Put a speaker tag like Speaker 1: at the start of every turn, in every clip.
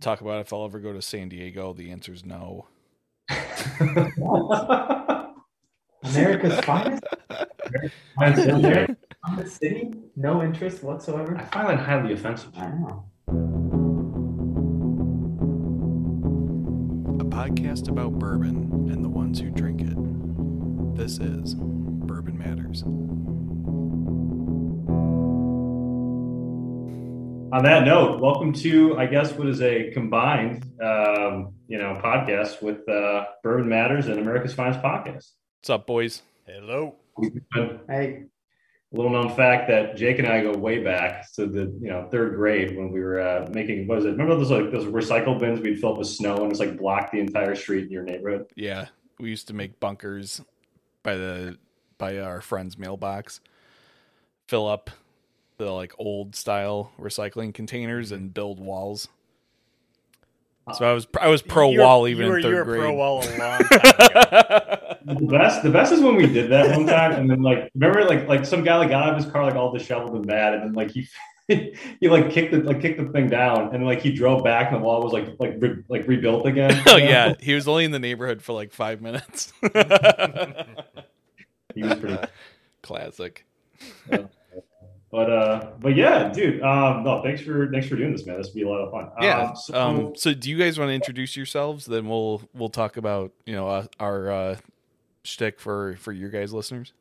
Speaker 1: talk about if I'll ever go to San Diego. The answer is no.
Speaker 2: America's finest. America's finest city. No interest whatsoever.
Speaker 3: I find that highly offensive.
Speaker 2: I don't know.
Speaker 4: a podcast about bourbon and the ones who drink it. This is Bourbon Matters.
Speaker 3: On that note, welcome to I guess what is a combined um, you know podcast with uh, Bourbon Matters and America's Finest Podcast.
Speaker 1: What's up, boys?
Speaker 5: Hello.
Speaker 3: A
Speaker 2: Hey,
Speaker 3: little known fact that Jake and I go way back to the you know third grade when we were uh, making what was it? Remember those like those recycle bins we'd fill up with snow and just like block the entire street in your neighborhood.
Speaker 1: Yeah, we used to make bunkers by the by our friend's mailbox, fill up the like old style recycling containers and build walls. So I was I was pro
Speaker 5: You're-
Speaker 1: wall even
Speaker 5: you were,
Speaker 1: in third
Speaker 5: you were
Speaker 1: grade.
Speaker 5: pro wall a long time ago.
Speaker 3: The best, the best is when we did that one time, and then like remember, like like some guy like got out of his car like all disheveled and bad, and then like he he like kicked the like kicked the thing down, and like he drove back, and the wall was like like re- like rebuilt again.
Speaker 1: oh yeah, he was only in the neighborhood for like five minutes.
Speaker 3: he was pretty.
Speaker 1: Classic.
Speaker 3: But uh, but yeah, dude. Um, no, thanks for thanks for doing this, man. This would be a lot of fun.
Speaker 1: Yeah.
Speaker 3: Um, so-
Speaker 1: Um, so do you guys want to introduce yourselves? Then we'll we'll talk about you know uh, our uh, shtick for for your guys listeners.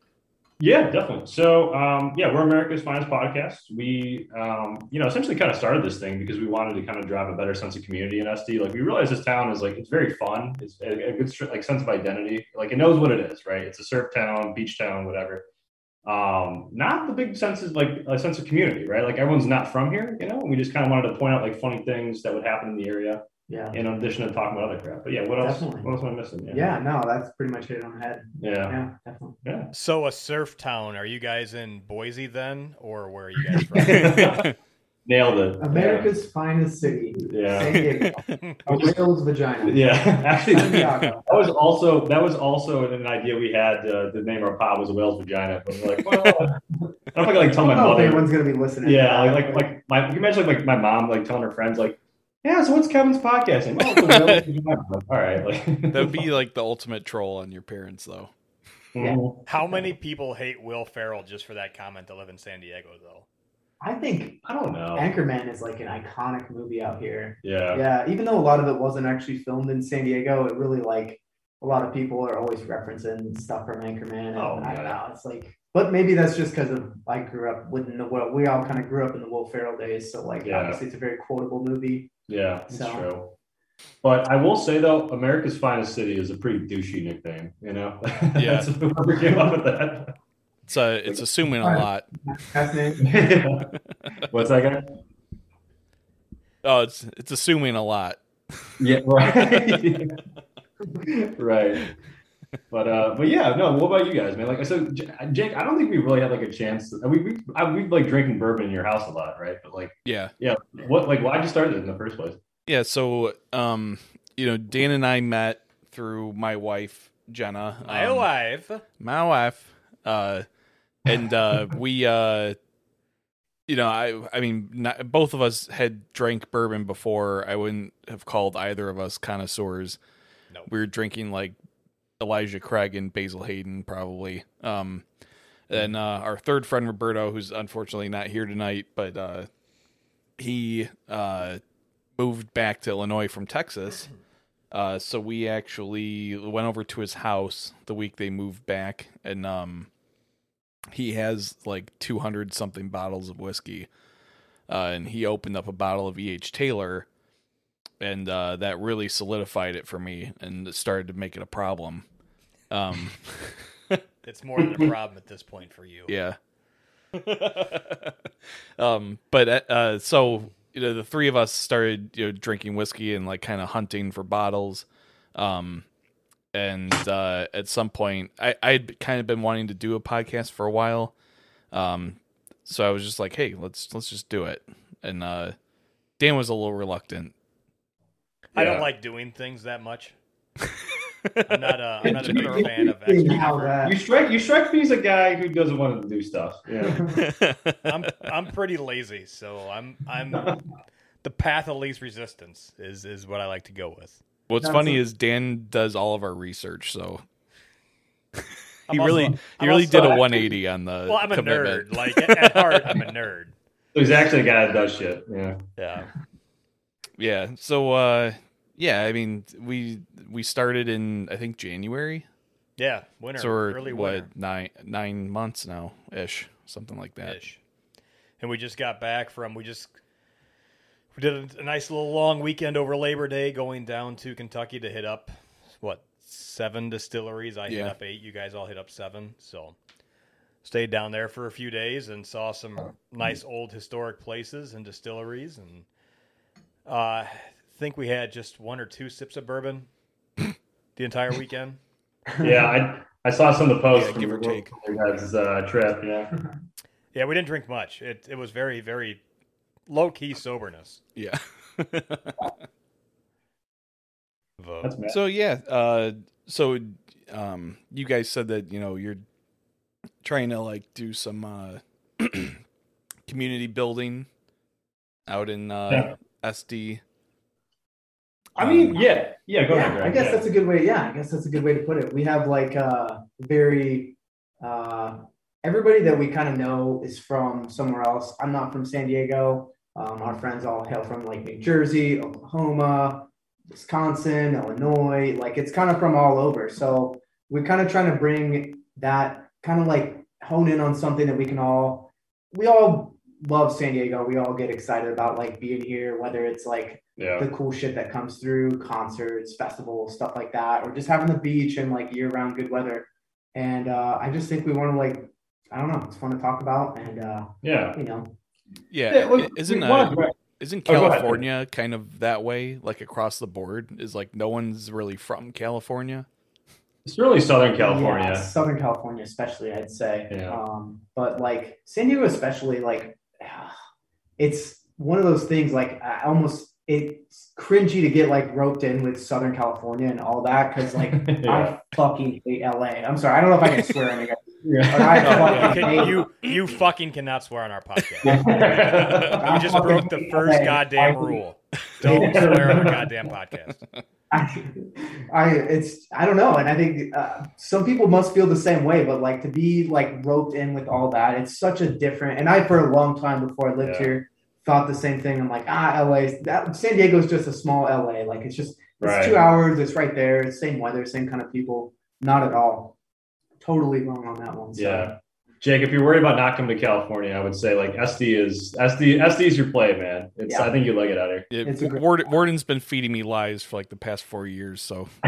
Speaker 3: Yeah, definitely. So, um, yeah, we're America's Finest Podcast. We, um, you know, essentially kind of started this thing because we wanted to kind of drive a better sense of community in SD. Like, we realized this town is like it's very fun. It's a, a good str- like sense of identity. Like, it knows what it is, right? It's a surf town, beach town, whatever. Um, not the big sense of like a sense of community, right? Like, everyone's not from here, you know. We just kind of wanted to point out like funny things that would happen in the area,
Speaker 2: yeah.
Speaker 3: in addition to talking about other crap. But yeah, what else?
Speaker 2: Definitely.
Speaker 3: What else am I missing?
Speaker 2: Yeah, no, that's pretty much hit it on the head.
Speaker 3: yeah.
Speaker 2: Yeah, definitely.
Speaker 3: yeah.
Speaker 5: so a surf town. Are you guys in Boise then, or where are you guys from?
Speaker 1: yeah,
Speaker 3: Nailed it.
Speaker 2: America's finest city.
Speaker 3: Yeah.
Speaker 2: San Diego. A whale's vagina.
Speaker 3: Yeah, actually, that
Speaker 2: Santiago.
Speaker 3: was also that was also an idea we had. Uh, the name of our pod was whale's vagina, but we're like, well, I don't know if I can like tell
Speaker 2: I
Speaker 3: my
Speaker 2: don't know if
Speaker 3: mother.
Speaker 2: anyone's gonna be listening.
Speaker 3: Yeah, like like, like my, you imagine like, like my mom like telling her friends like, yeah, so what's Kevin's podcast? And, "Oh, it's a whale's vagina." All right, like
Speaker 1: that would be like the ultimate troll on your parents, though.
Speaker 2: Yeah.
Speaker 5: How many people hate Will Ferrell just for that comment to live in San Diego though?
Speaker 2: I think
Speaker 3: I don't know.
Speaker 2: Anchorman is like an iconic movie out here.
Speaker 3: Yeah,
Speaker 2: Yeah, even though a lot of it wasn't actually filmed in San Diego, it really like a lot of people are always referencing stuff from Anchorman. And
Speaker 3: Oh,
Speaker 2: I don't
Speaker 3: yeah.
Speaker 2: know. It's like, but maybe that's just because of I grew up with the well, we all kind of grew up in the Will Ferrell days, so like
Speaker 3: Yeah.
Speaker 2: obviously it's a very quotable movie.
Speaker 3: yeah, that's
Speaker 2: So-
Speaker 3: true. But I will say though, America's finest city is a pretty douchey nickname. You know,
Speaker 1: Yeah.
Speaker 3: That's- whoever came up with that.
Speaker 1: It's uh it's assuming a lot.
Speaker 2: Fascinating.
Speaker 3: What's that guy?
Speaker 1: Oh, it's it's assuming a lot.
Speaker 3: Yeah, right. right. But uh, but yeah, no. What about you guys, man? Like I said, J- Jake, I don't think we really had like a chance. we we I, we like drinking bourbon in your house a lot, right? But like,
Speaker 1: Yeah,
Speaker 3: what like why'd you start it in the first place?
Speaker 1: yeah. So um, you know, Dan and I met through my wife Jenna.
Speaker 5: My
Speaker 1: um,
Speaker 5: wife.
Speaker 1: my wife uh and uh we uh you know i i mean not, both of us had drank bourbon before i wouldn't have called either of us connoisseurs
Speaker 5: No.
Speaker 1: we were drinking like elijah craig and basil hayden probably um and uh our third friend roberto who's unfortunately not here tonight but uh he uh moved back to illinois from texas uh, so we actually went over to his house the week they moved back, and um, he has like two hundred something bottles of whiskey, uh, and he opened up a bottle of E. H. Taylor, and uh, that really solidified it for me, and it started to make it a problem. Um,
Speaker 5: It's more than a problem at this point for you.
Speaker 1: yeah. um, but uh, uh, so you know, the three of us started you know drinking whiskey and like kind of hunting for bottles. Um, and uh, at some point, I I had kind of been wanting to do a podcast for a while. Um, so I was just like, hey, let's let's just do it. And uh, Dan was a little reluctant.
Speaker 5: I don't
Speaker 3: Yeah.
Speaker 5: like doing things that much. I'm not a I'm not a big
Speaker 2: Interesting
Speaker 5: fan of
Speaker 2: how
Speaker 5: extra.
Speaker 2: that-
Speaker 3: You strike you strike me as a guy who doesn't want to do stuff. Yeah,
Speaker 5: I'm I'm pretty lazy, so I'm I'm the path of least resistance is is what I like to go with.
Speaker 1: What's
Speaker 2: That's
Speaker 1: funny
Speaker 2: a-
Speaker 1: is Dan does all of our research, so
Speaker 5: I'm
Speaker 1: he
Speaker 5: also-
Speaker 1: really he
Speaker 5: I'm
Speaker 1: really
Speaker 5: also-
Speaker 1: did a 180 on the
Speaker 5: Well, I'm a
Speaker 1: commitment.
Speaker 5: nerd. Like at, at heart, I'm a nerd.
Speaker 3: He's actually a guy that does shit. Yeah.
Speaker 5: Yeah.
Speaker 1: Yeah. So uh yeah, I mean we we started in I think January.
Speaker 5: Yeah. Winter.
Speaker 1: so we're
Speaker 5: early
Speaker 1: what
Speaker 5: winter.
Speaker 1: nine nine months now ish, something like that.
Speaker 5: ish. And we just got back from we just we did a, a nice little long weekend over Labor Day, going down to Kentucky to hit up what seven distilleries. I hit
Speaker 1: Yeah.
Speaker 5: up eight. You guys all hit up seven. So stayed down there for a few days and saw some nice old historic places and distilleries. And uh, I think we had just one or two sips of bourbon the entire weekend.
Speaker 3: Yeah. I, I saw some of the posts
Speaker 1: Yeah,
Speaker 3: from
Speaker 1: give or
Speaker 3: from
Speaker 1: take.
Speaker 3: your guys' uh, trip. Yeah.
Speaker 5: Yeah, we didn't drink much. It it was very very low key soberness.
Speaker 1: Yeah.
Speaker 3: That's mad.
Speaker 1: so yeah, uh so um you guys said that, you know, you're trying to like do some uh community building out in uh
Speaker 3: Yeah.
Speaker 1: SD.
Speaker 3: I mean, yeah. Um, Yeah. Go
Speaker 2: yeah,
Speaker 3: ahead. Greg.
Speaker 2: I guess
Speaker 3: yeah.
Speaker 2: that's a good way. Yeah, I guess that's a good way to put it. We have like uh, very uh, everybody that we kind of know is from somewhere else. I'm not from San Diego. Um, our friends all hail from like New Jersey, Oklahoma, Wisconsin, Illinois. Like it's kind of from all over. So we're kind of trying to bring that kind of like hone in on something that we can all we all love San Diego. We all get excited about like being here, whether it's like
Speaker 3: yeah.
Speaker 2: the cool shit that comes through concerts, festivals, stuff like that, or just having the beach and like year round good weather. And uh, I just think we want to like, I don't know, it's fun to talk about and uh,
Speaker 3: Yeah.
Speaker 2: you know,
Speaker 1: Yeah,
Speaker 3: Yeah, look,
Speaker 1: isn't
Speaker 3: we
Speaker 1: uh,
Speaker 3: wanna-
Speaker 1: Isn't
Speaker 3: Oh, go ahead.
Speaker 1: California kind of that way, like across the board? Is like no one's really from California.
Speaker 3: It's really Southern California.
Speaker 2: yeah, Southern California especially, I'd say.
Speaker 3: Yeah.
Speaker 2: Um, but like San Diego especially, like it's one of those things. Like I almost it's cringy to get like roped in with Southern California and all that because like
Speaker 3: Yeah.
Speaker 2: I fucking hate LA. I'm sorry, I don't know if I can swear on it.
Speaker 3: Yeah.
Speaker 2: But I
Speaker 5: you,
Speaker 2: fucking
Speaker 5: can,
Speaker 2: hate
Speaker 5: you you fucking cannot swear on our podcast.
Speaker 3: Yeah.
Speaker 5: We just
Speaker 2: fucking
Speaker 5: broke the
Speaker 2: hate
Speaker 5: first
Speaker 2: LA.
Speaker 5: goddamn
Speaker 2: I-
Speaker 5: rule. Don't swear on our goddamn podcast.
Speaker 2: I, I, it's, I don't know, and I think uh, some people must feel the same way. But like to be like roped in with all that, it's such a different. And I, for a long time before I lived
Speaker 3: Yeah.
Speaker 2: here, thought the same thing. I'm like, ah, LA, that San Diego's just a small LA. Like it's just it's
Speaker 3: Right.
Speaker 2: two hours. It's right there. It's same weather, same kind of people. Not at all. Totally wrong on that one. So.
Speaker 3: Yeah. Jake, if you're worried about not coming to California, I would say like SD is SD SD is your play, man. It's
Speaker 2: Yeah.
Speaker 3: I think you like it out here.
Speaker 1: It,
Speaker 2: It's a great-
Speaker 1: Ward, Warden's been feeding me lies for like the past four years. So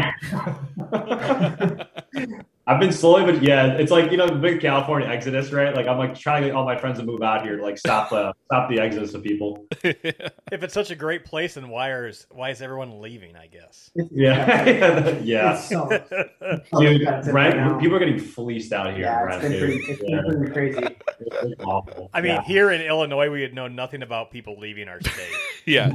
Speaker 3: I've been slowly, but yeah, it's like you know the big California exodus, right? Like I'm like trying to get all my friends to move out here, to, like stop the stop the exodus of people.
Speaker 5: If it's such a great place, then why is why is everyone leaving? I guess.
Speaker 2: It's-
Speaker 3: Yeah, yeah.
Speaker 2: It's so
Speaker 5: yeah,
Speaker 3: Dude,
Speaker 2: expensive right now.
Speaker 3: rent people are getting fleeced out here.
Speaker 2: yeah,
Speaker 3: rent,
Speaker 2: it's been
Speaker 3: dude.
Speaker 2: pretty, it's
Speaker 3: Yeah,
Speaker 2: been pretty crazy.
Speaker 3: it's awful.
Speaker 5: I mean,
Speaker 3: Yeah.
Speaker 5: here in Illinois, we had known nothing about people leaving our state.
Speaker 1: yeah,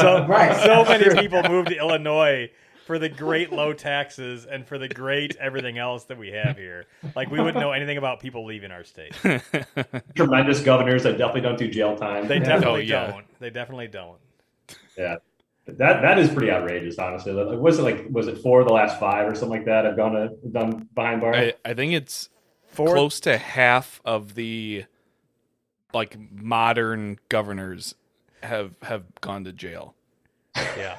Speaker 5: So
Speaker 2: Right.
Speaker 5: so many
Speaker 2: Sure.
Speaker 5: people moved to Illinois for the great low taxes and for the great everything else that we have here. Like we wouldn't know anything about people leaving our state.
Speaker 3: tremendous governors that definitely don't do jail time.
Speaker 5: They
Speaker 2: Yeah.
Speaker 5: definitely
Speaker 1: Oh, yeah.
Speaker 5: don't. They definitely don't.
Speaker 3: That that is pretty outrageous, honestly. Like, Was it like was it four of the last five or something like that? I've gone to done behind bars.
Speaker 1: I, I think it's
Speaker 5: Four
Speaker 1: close to half of the like modern governors have have gone to jail.
Speaker 5: Yeah.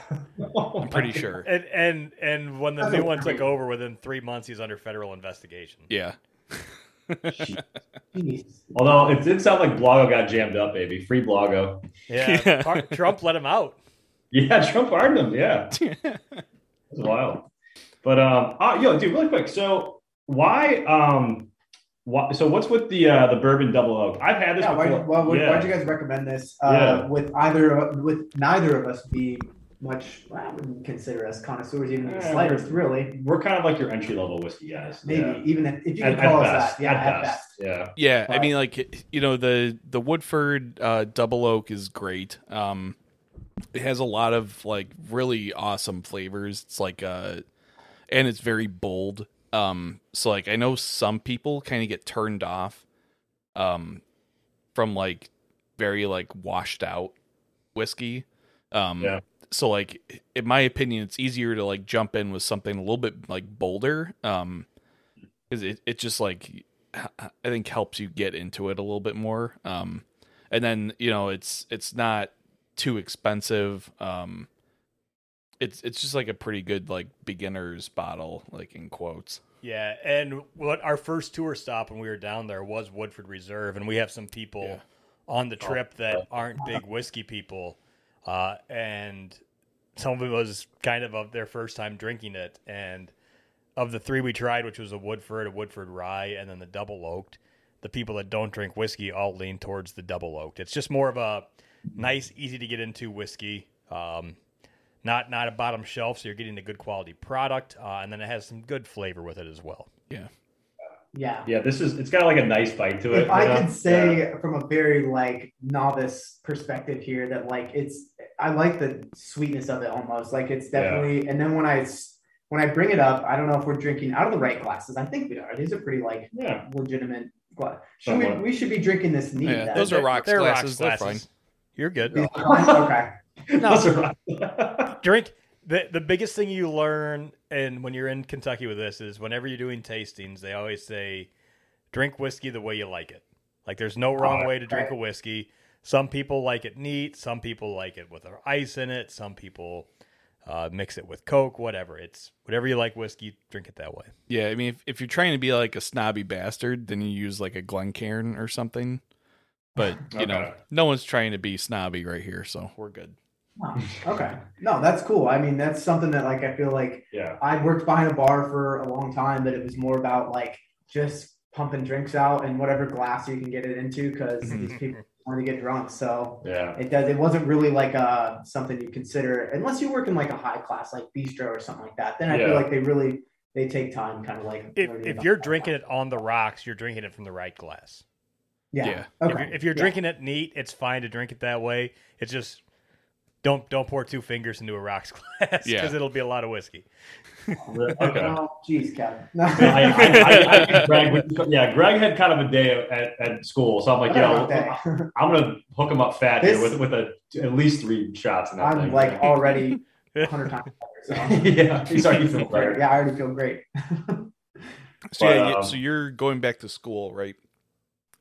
Speaker 1: I'm pretty sure.
Speaker 5: And and and when the
Speaker 2: That's
Speaker 5: new
Speaker 2: a
Speaker 5: one took
Speaker 2: great-
Speaker 5: over, within three months, he's under federal investigation.
Speaker 1: Yeah,
Speaker 2: Jeez.
Speaker 3: Although it did sound like Blago got jammed up, baby. Free Blago.
Speaker 5: Yeah,
Speaker 1: Yeah.
Speaker 5: Par- Trump let him out.
Speaker 3: Yeah, Trump pardoned him. Yeah, that's wild. But um, oh, yo, dude, really quick. So why um, why, so what's with the uh, the bourbon double oak? I've had this.
Speaker 2: Yeah, why,
Speaker 3: before.
Speaker 2: why, would
Speaker 3: yeah.
Speaker 2: why'd you guys recommend this? Uh,
Speaker 3: Yeah.
Speaker 2: With either with neither of us being much, I wouldn't consider us connoisseurs even in the
Speaker 3: Yeah,
Speaker 2: slightest, really.
Speaker 3: We're kind of like your entry level whiskey guys.
Speaker 2: Maybe
Speaker 3: Yeah.
Speaker 2: even if, if you
Speaker 3: At,
Speaker 2: could
Speaker 3: at
Speaker 2: call us
Speaker 3: best.
Speaker 2: that, yeah,
Speaker 3: at, best. Yeah.
Speaker 1: yeah. I
Speaker 2: Wow.
Speaker 1: mean, like you know, the the Woodford uh, Double Oak is great. Um, it has a lot of like really awesome flavors. It's like uh and it's very bold. Um so like I know some people kind of get turned off um from like very like washed out whiskey. Um,
Speaker 3: Yeah.
Speaker 1: So like, in my opinion, it's easier to like jump in with something a little bit like bolder, um, because it it just like h- I think helps you get into it a little bit more. Um, and then you know it's it's not too expensive. Um, it's it's just like a pretty good like beginner's bottle, like in quotes.
Speaker 5: Yeah, and what our first tour stop when we were down there was Woodford Reserve, and we have some people
Speaker 1: Yeah.
Speaker 5: on the trip that aren't big whiskey people, uh, and some of it was kind of of their first time drinking it. And of the three we tried, which was a Woodford, a Woodford Rye, and then the double oaked, the people that don't drink whiskey all lean towards the double oaked. It's just more of a nice, easy to get into whiskey. Um, not not a bottom shelf, so you're getting a good quality product, uh, and then it has some good flavor with it as well.
Speaker 2: Yeah.
Speaker 3: Yeah, this is it's got like a nice bite to it.
Speaker 2: If I
Speaker 3: you know?
Speaker 2: could
Speaker 3: Yeah.
Speaker 2: say from a very like novice perspective here that like it's I like the sweetness of it almost like it's
Speaker 3: Yeah.
Speaker 2: definitely and then when I s- when I bring it up I don't know if we're drinking out of the right glasses I think we are these are pretty like
Speaker 3: yeah,
Speaker 2: legitimate gla- should we,
Speaker 3: Somewhat.
Speaker 2: we should be drinking this neat
Speaker 1: Yeah,
Speaker 2: then.
Speaker 1: those are rocks
Speaker 5: They're
Speaker 1: glasses. They're fine.
Speaker 5: You're good.
Speaker 2: okay
Speaker 3: Those
Speaker 5: No,
Speaker 3: are-
Speaker 5: drink. The, the biggest thing you learn, and when you're in Kentucky with this, is whenever you're doing tastings, they always say, drink whiskey the way you like it. Like, there's no wrong
Speaker 3: Oh,
Speaker 5: way to drink a
Speaker 2: right.
Speaker 5: whiskey. Some people like it neat. Some people like it with ice in it. Some people uh, mix it with Coke, whatever. It's whatever you like whiskey, drink it that way.
Speaker 1: Yeah, I mean, if, if you're trying to be like a snobby bastard, then you use like a Glencairn or something. But you know,
Speaker 3: Okay.
Speaker 1: no one's trying to be snobby right here, so we're good.
Speaker 2: Wow. okay no that's cool I mean that's something that like I feel like
Speaker 3: yeah.
Speaker 2: I worked behind a bar for a long time, but it was more about like just pumping drinks out and whatever glass you can get it into because
Speaker 3: Mm-hmm.
Speaker 2: these people want to get drunk. So
Speaker 3: Yeah.
Speaker 2: it does. It wasn't really like uh something you consider unless you work in like a high class like bistro or something like that. Then I
Speaker 3: Yeah.
Speaker 2: feel like they really they take time, kind of like
Speaker 5: If, if you're drinking it on the rocks, you're drinking it from the right glass.
Speaker 2: yeah.
Speaker 1: Yeah.
Speaker 5: If
Speaker 2: Okay.
Speaker 5: you're, if you're
Speaker 2: Yeah.
Speaker 5: drinking it neat, it's fine to drink it that way. It's just don't don't pour two fingers into a rocks glass because
Speaker 1: Yeah.
Speaker 5: it'll be a lot of whiskey.
Speaker 3: Okay.
Speaker 2: Oh, jeez, Kevin.
Speaker 3: I, I, I, I, Greg, we- yeah, Greg had kind of a day at, at school, so I'm like, yo,
Speaker 2: Okay.
Speaker 3: I'm gonna hook him up fat here
Speaker 2: This-
Speaker 3: with with a, at least three shots. In that
Speaker 2: I'm
Speaker 3: thing.
Speaker 2: like already hundred times better. So.
Speaker 3: yeah, he's already feeling better.
Speaker 2: Yeah, I already feel great.
Speaker 1: So
Speaker 3: But,
Speaker 1: yeah, you-
Speaker 3: um,
Speaker 1: so you're going back to school, right?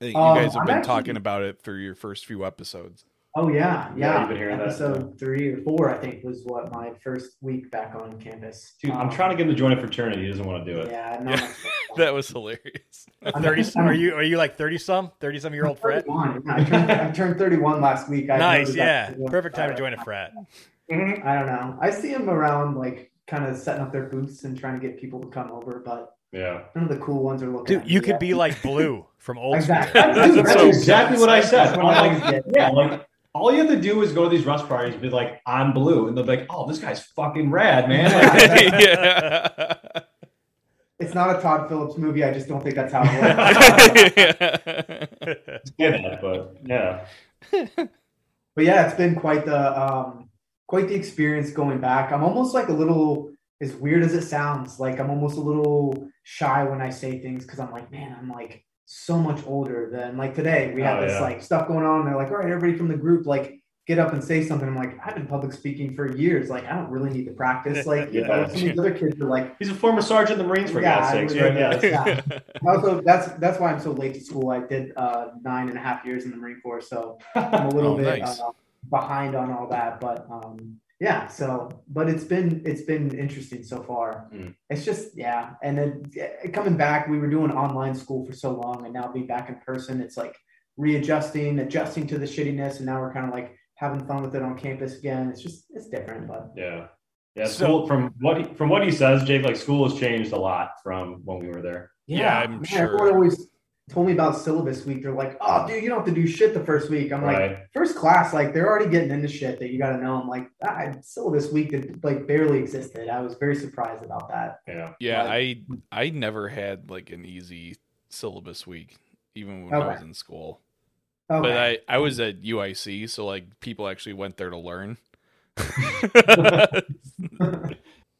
Speaker 1: I think
Speaker 2: Um,
Speaker 1: you guys have
Speaker 2: I'm
Speaker 1: been
Speaker 2: actually-
Speaker 1: talking about it through your first few episodes.
Speaker 2: Oh yeah,
Speaker 3: Yeah,
Speaker 2: yeah.
Speaker 3: you've been hearing that.
Speaker 2: Episode three or four, I think, was what my first week back on campus. Um,
Speaker 3: Dude, I'm trying to get him to join a fraternity. He doesn't want to do it.
Speaker 2: Yeah, no,
Speaker 1: Yeah. That was hilarious.
Speaker 2: I'm-
Speaker 5: Thirty?
Speaker 2: I'm-
Speaker 5: Are you are you like thirty some thirty some year old frat?
Speaker 2: 31. Yeah, I turned, I turned 31 last week. I
Speaker 5: Nice,
Speaker 2: noticed
Speaker 5: yeah,
Speaker 2: that-
Speaker 5: perfect time to join a frat.
Speaker 2: I don't know. I see them around, like kind of setting up their booths and trying to get people to come over, but
Speaker 3: Yeah.
Speaker 2: none of the cool ones are looking.
Speaker 5: Dude,
Speaker 2: at
Speaker 5: you
Speaker 2: me
Speaker 5: could
Speaker 2: yet.
Speaker 5: be like Blue from Old
Speaker 2: exactly.
Speaker 5: School.
Speaker 2: That's,
Speaker 3: That's
Speaker 1: so
Speaker 3: exactly what I said.
Speaker 2: That's what I always get.
Speaker 3: Yeah, like all you have to do is go to these rust parties and be like, I'm blue. And they'll be like, oh, this guy's fucking rad, man. Like,
Speaker 1: yeah.
Speaker 2: It's not a Todd Phillips movie. I just don't think that's how it works.
Speaker 1: yeah.
Speaker 3: I get that, but yeah.
Speaker 2: but yeah, it's been quite the um, quite the experience going back. I'm almost like a little as weird as it sounds. Like I'm almost a little shy when I say things because I'm like, man, I'm like so much older than like today. We have
Speaker 3: Oh,
Speaker 2: this
Speaker 3: yeah.
Speaker 2: like stuff going on. And they're like, all right, everybody from the group, like get up and say something. I'm like, I've been public speaking for years. Like I don't really need to practice. Like you know,
Speaker 3: Yeah.
Speaker 2: some of these other kids are like.
Speaker 3: He's a former sergeant in the Marines, for
Speaker 2: Yeah,
Speaker 3: God's
Speaker 2: I
Speaker 3: sakes,
Speaker 2: really
Speaker 3: right? Yeah.
Speaker 2: am. Also, that's that's why I'm so late to school. I did uh, nine and a half years in the Marine Corps, so I'm a little
Speaker 1: Oh,
Speaker 2: bit
Speaker 1: nice.
Speaker 2: uh, behind on all that, but um, yeah. So, but it's been it's been interesting so far.
Speaker 3: Mm.
Speaker 2: It's just yeah, and then eh, coming back, we were doing online school for so long, and now being back in person, it's like readjusting, adjusting to the shittiness, and now we're kind of like having fun with it on campus again. It's just it's different, but
Speaker 3: Yeah. Yeah,
Speaker 5: So-
Speaker 3: school from what he, from what he says, Jake, like school has changed a lot from when we were there.
Speaker 1: Yeah, I'm
Speaker 2: man,
Speaker 1: sure.
Speaker 2: Everyone always told me about syllabus week. They're like, oh, dude, you don't have to do shit the first week. I'm like.
Speaker 3: right?
Speaker 2: first class, like they're already getting into shit that you got to know. I'm like, I syllabus week that like barely existed. I was very surprised about that.
Speaker 3: yeah.
Speaker 1: Yeah, I
Speaker 2: Like-
Speaker 1: I never had like an easy syllabus week, even when I
Speaker 2: Okay.
Speaker 1: was in school.
Speaker 2: Okay.
Speaker 1: But I I was at UIC, so like people actually went there to learn.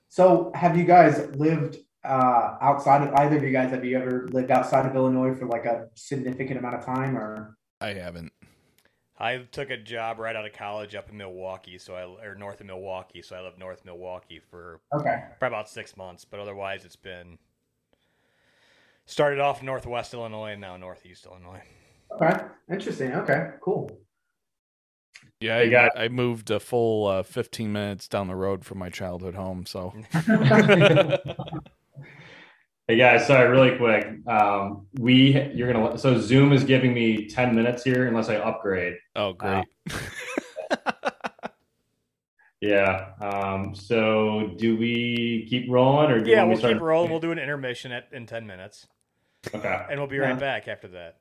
Speaker 2: so, have you guys lived uh, outside of either of you guys? Have you ever lived outside of Illinois for like a significant amount of time, or
Speaker 1: I haven't.
Speaker 5: I took a job right out of college up in Milwaukee, so I or north of Milwaukee, so I lived north of Milwaukee for
Speaker 2: Okay.
Speaker 5: probably about six months. But otherwise, it's been started off in northwest Illinois and now northeast Illinois.
Speaker 2: Okay. Interesting. Okay. Cool.
Speaker 1: Yeah,
Speaker 3: You got
Speaker 1: I, I moved a full uh, 15 minutes down the road from my childhood home. So
Speaker 3: Hey guys, sorry, really quick. Um, we you're gonna so Zoom is giving me ten minutes here unless I upgrade.
Speaker 1: oh great.
Speaker 3: Yeah. Um, so do we keep rolling or do
Speaker 5: Yeah,
Speaker 3: we
Speaker 5: we'll
Speaker 3: start?
Speaker 5: keep rolling. We'll do an intermission at, in ten minutes,
Speaker 3: Okay.
Speaker 5: and we'll be right
Speaker 2: Yeah.
Speaker 5: back after that.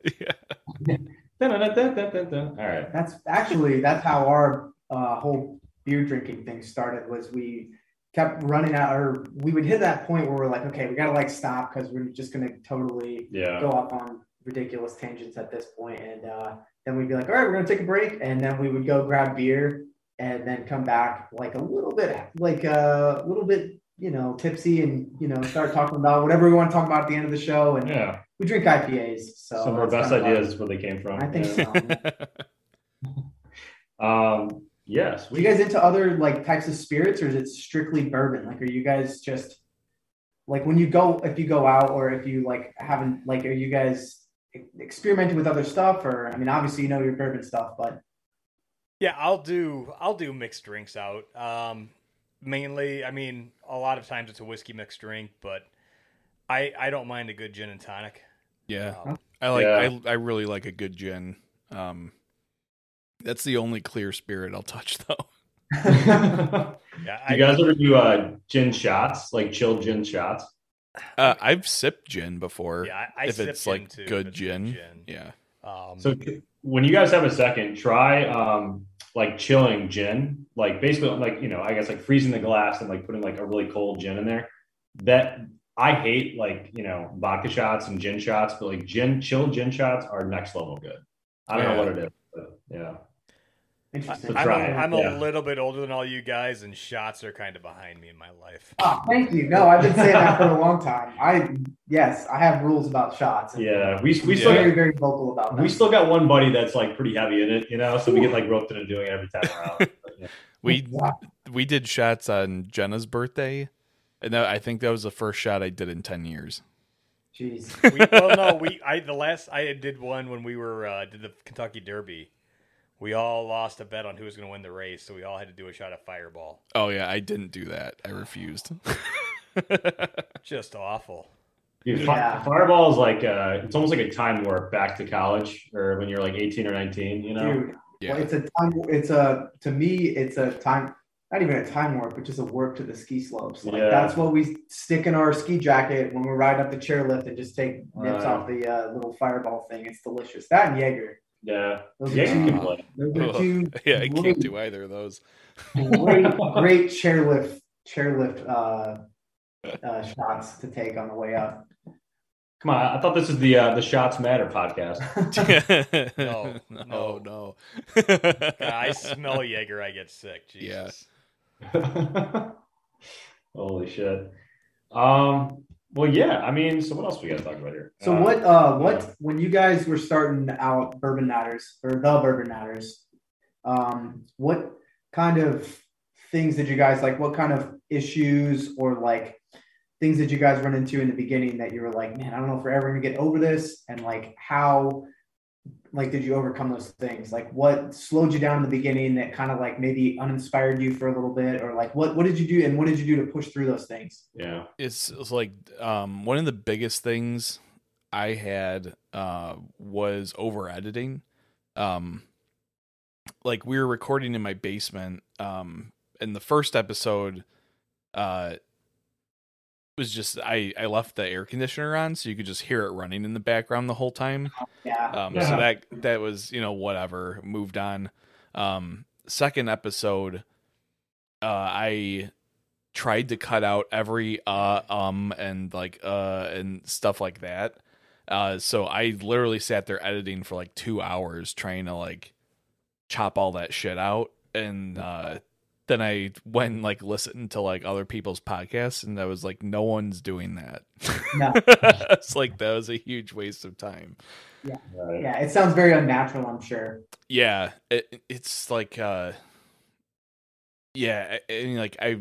Speaker 3: Dun-dun-dun-dun-dun-dun. All right.
Speaker 2: That's actually that's how our uh, whole beer drinking thing started. Was we kept running out, or we would hit that point where we're like, okay, we gotta like stop because we're just gonna totally
Speaker 3: Yeah.
Speaker 2: go off on ridiculous tangents at this point, and uh, then we'd be like, all right, we're gonna take a break, and then we would go grab beer, and then come back like a little bit, like uh, a little bit, you know, tipsy, and you know, start talking about whatever we want to talk about at the end of the show, and
Speaker 3: Yeah.
Speaker 2: we drink IPAs, so
Speaker 3: Some of our
Speaker 2: that's
Speaker 3: best
Speaker 2: kinda
Speaker 3: ideas is where they came
Speaker 2: fun.
Speaker 3: from.
Speaker 2: I think
Speaker 3: Yeah.
Speaker 2: so.
Speaker 3: Um, yes.
Speaker 2: Are you guys into other like types of spirits, or is it strictly bourbon? Like, are you guys just like when you go if you go out or if you like haven't like are you guys e- experimenting with other stuff? Or I mean, obviously you know your bourbon stuff, but
Speaker 5: Yeah, I'll do I'll do mixed drinks out. Um, mainly, I mean, a lot of times it's a whiskey mixed drink, but I I don't mind a good gin and tonic.
Speaker 1: yeah,
Speaker 5: Um,
Speaker 1: I like.
Speaker 3: Yeah.
Speaker 1: I I really like a good gin. Um, that's the only clear spirit I'll touch though.
Speaker 5: yeah,
Speaker 3: you
Speaker 5: I,
Speaker 3: guys ever do uh, gin shots, like chilled gin shots?
Speaker 1: Uh, I've sipped gin before.
Speaker 5: yeah, I, I
Speaker 1: if
Speaker 5: sip
Speaker 1: it's,
Speaker 5: gin
Speaker 1: like,
Speaker 5: too,
Speaker 1: good
Speaker 5: if it's
Speaker 1: gin.
Speaker 5: gin.
Speaker 1: Yeah.
Speaker 5: Um,
Speaker 3: So when you guys have a second, try um, like chilling gin, like basically like you know, I guess like freezing the glass and like putting like a really cold gin in there. That I hate like you know vodka shots and gin shots, but like gin chilled gin shots are next level good. I don't
Speaker 1: Yeah.
Speaker 3: know what it is, but yeah,
Speaker 2: interesting.
Speaker 3: So
Speaker 5: I'm, a,
Speaker 3: try it,
Speaker 5: I'm
Speaker 3: yeah.
Speaker 5: a little bit older than all you guys, and shots are kind of behind me in my life.
Speaker 2: Ah, thank you. No, I've been saying that for a long time. I yes, I have rules about shots. and
Speaker 3: yeah. We we
Speaker 2: I'm
Speaker 3: still
Speaker 2: very very vocal about
Speaker 3: we
Speaker 2: that.
Speaker 3: still got one buddy that's like pretty heavy in it, you know, so we get like roped into doing it every time we're out. But, yeah.
Speaker 1: We
Speaker 2: Wow.
Speaker 1: we did shots on Jenna's birthday, and that, I think that was the first shot I did in ten years.
Speaker 2: Jeez.
Speaker 5: We, well, no, we I the last I did one when we were uh, did the Kentucky Derby. We all lost a bet on who was going to win the race, so we all had to do a shot of Fireball.
Speaker 1: Oh yeah, I didn't do that. I refused.
Speaker 5: Just awful.
Speaker 3: Dude, fi-
Speaker 2: Yeah.
Speaker 3: Fireball is like uh, it's almost like a time warp back to college or when you're like 18 or 19, you know.
Speaker 2: Dude,
Speaker 1: yeah.
Speaker 2: Well, it's a time. It's a to me. It's a time. Not even a time warp, but just a warp to the ski slopes. Like
Speaker 3: Yeah.
Speaker 2: that's what we stick in our ski jacket when we're riding up the chairlift and just take nips
Speaker 3: Uh.
Speaker 2: off the uh, little fireball thing. It's delicious. That and Jaeger.
Speaker 3: Yeah,
Speaker 2: Those
Speaker 3: yeah,
Speaker 2: are
Speaker 3: you
Speaker 2: two.
Speaker 3: can play.
Speaker 2: Those
Speaker 1: Ugh.
Speaker 2: are two
Speaker 1: yeah, I
Speaker 2: great-
Speaker 1: can't do either of those.
Speaker 2: great, great chairlift chairlift uh, uh, shots to take on the way up.
Speaker 3: Come on, I thought this is the uh, the Shots Matter podcast.
Speaker 1: no,
Speaker 5: no.
Speaker 1: no.
Speaker 5: God, Uh, I smell Jaeger, I get sick. Jesus.
Speaker 3: Holy shit. Um. Well, yeah. I mean, so what else we got to talk about here?
Speaker 2: So
Speaker 3: Uh,
Speaker 2: what uh what
Speaker 3: yeah.
Speaker 2: when you guys were starting out Bourbon Matters or the Bourbon Matters, um, what kind of things did you guys like? What kind of issues or like things that you guys run into in the beginning that you were like, man, I don't know if we're ever gonna get over this, and like how like did you overcome those things? Like what slowed you down in the beginning that kind of like maybe uninspired you for a little bit, or like what what did you do and what did you do to push through those things?
Speaker 3: Yeah.
Speaker 1: it's, it's like um, one of the biggest things I had uh, was over editing. Um, like we were recording in my basement, um, and the first episode uh, was just I I left the air conditioner on, so you could just hear it running in the background the whole time.
Speaker 2: Yeah.
Speaker 1: Um,
Speaker 3: Yeah.
Speaker 1: So that that was you know whatever moved on. Um, second episode, uh, I tried to cut out every uh um and like uh and stuff like that. Uh, so I literally sat there editing for like two hours trying to like chop all that shit out, and uh, then I went and like listened to like other people's podcasts, and I was like, no one's doing that.
Speaker 2: No.
Speaker 1: it's like that was a huge waste of time.
Speaker 3: Right.
Speaker 2: Yeah, it sounds very unnatural, I'm sure.
Speaker 1: yeah it, it's like uh yeah I- I mean like i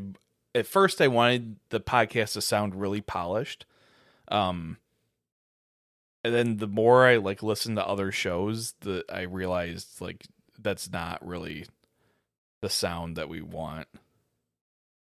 Speaker 1: at first i wanted the podcast to sound really polished um and then the more i like listened to other shows that i realized like that's not really the sound that we want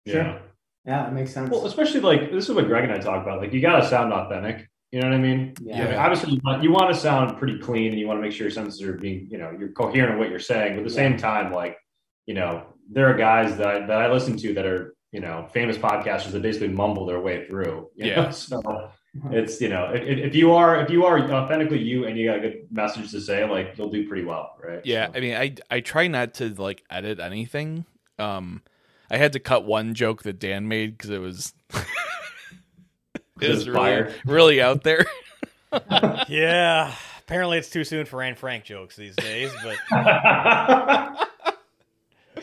Speaker 3: yeah.
Speaker 2: Yeah, that makes sense.
Speaker 3: Well, especially like this is what Greg and I talk about. Like you got to sound authentic. You know what I mean? I mean,
Speaker 2: yeah.
Speaker 1: Yeah.
Speaker 3: obviously, you want, you want to sound pretty clean, and you want to make sure your sentences are being, you know, you're coherent in what you're saying. But at the same time, like, you know, there are guys that I, that I listen to that are, you know, famous podcasters that basically mumble their way through. you
Speaker 1: Yeah.
Speaker 3: know? So it's you know, if, if if you are if you are authentically you and you got a good message to say, like, you'll do pretty well, right?
Speaker 1: yeah
Speaker 3: So-
Speaker 1: i mean i i try not to like edit anything um i had to cut one joke that dan made because it was it was really,
Speaker 3: Fire.
Speaker 1: really out there
Speaker 5: yeah. Apparently, it's too soon for Anne Frank jokes these days, but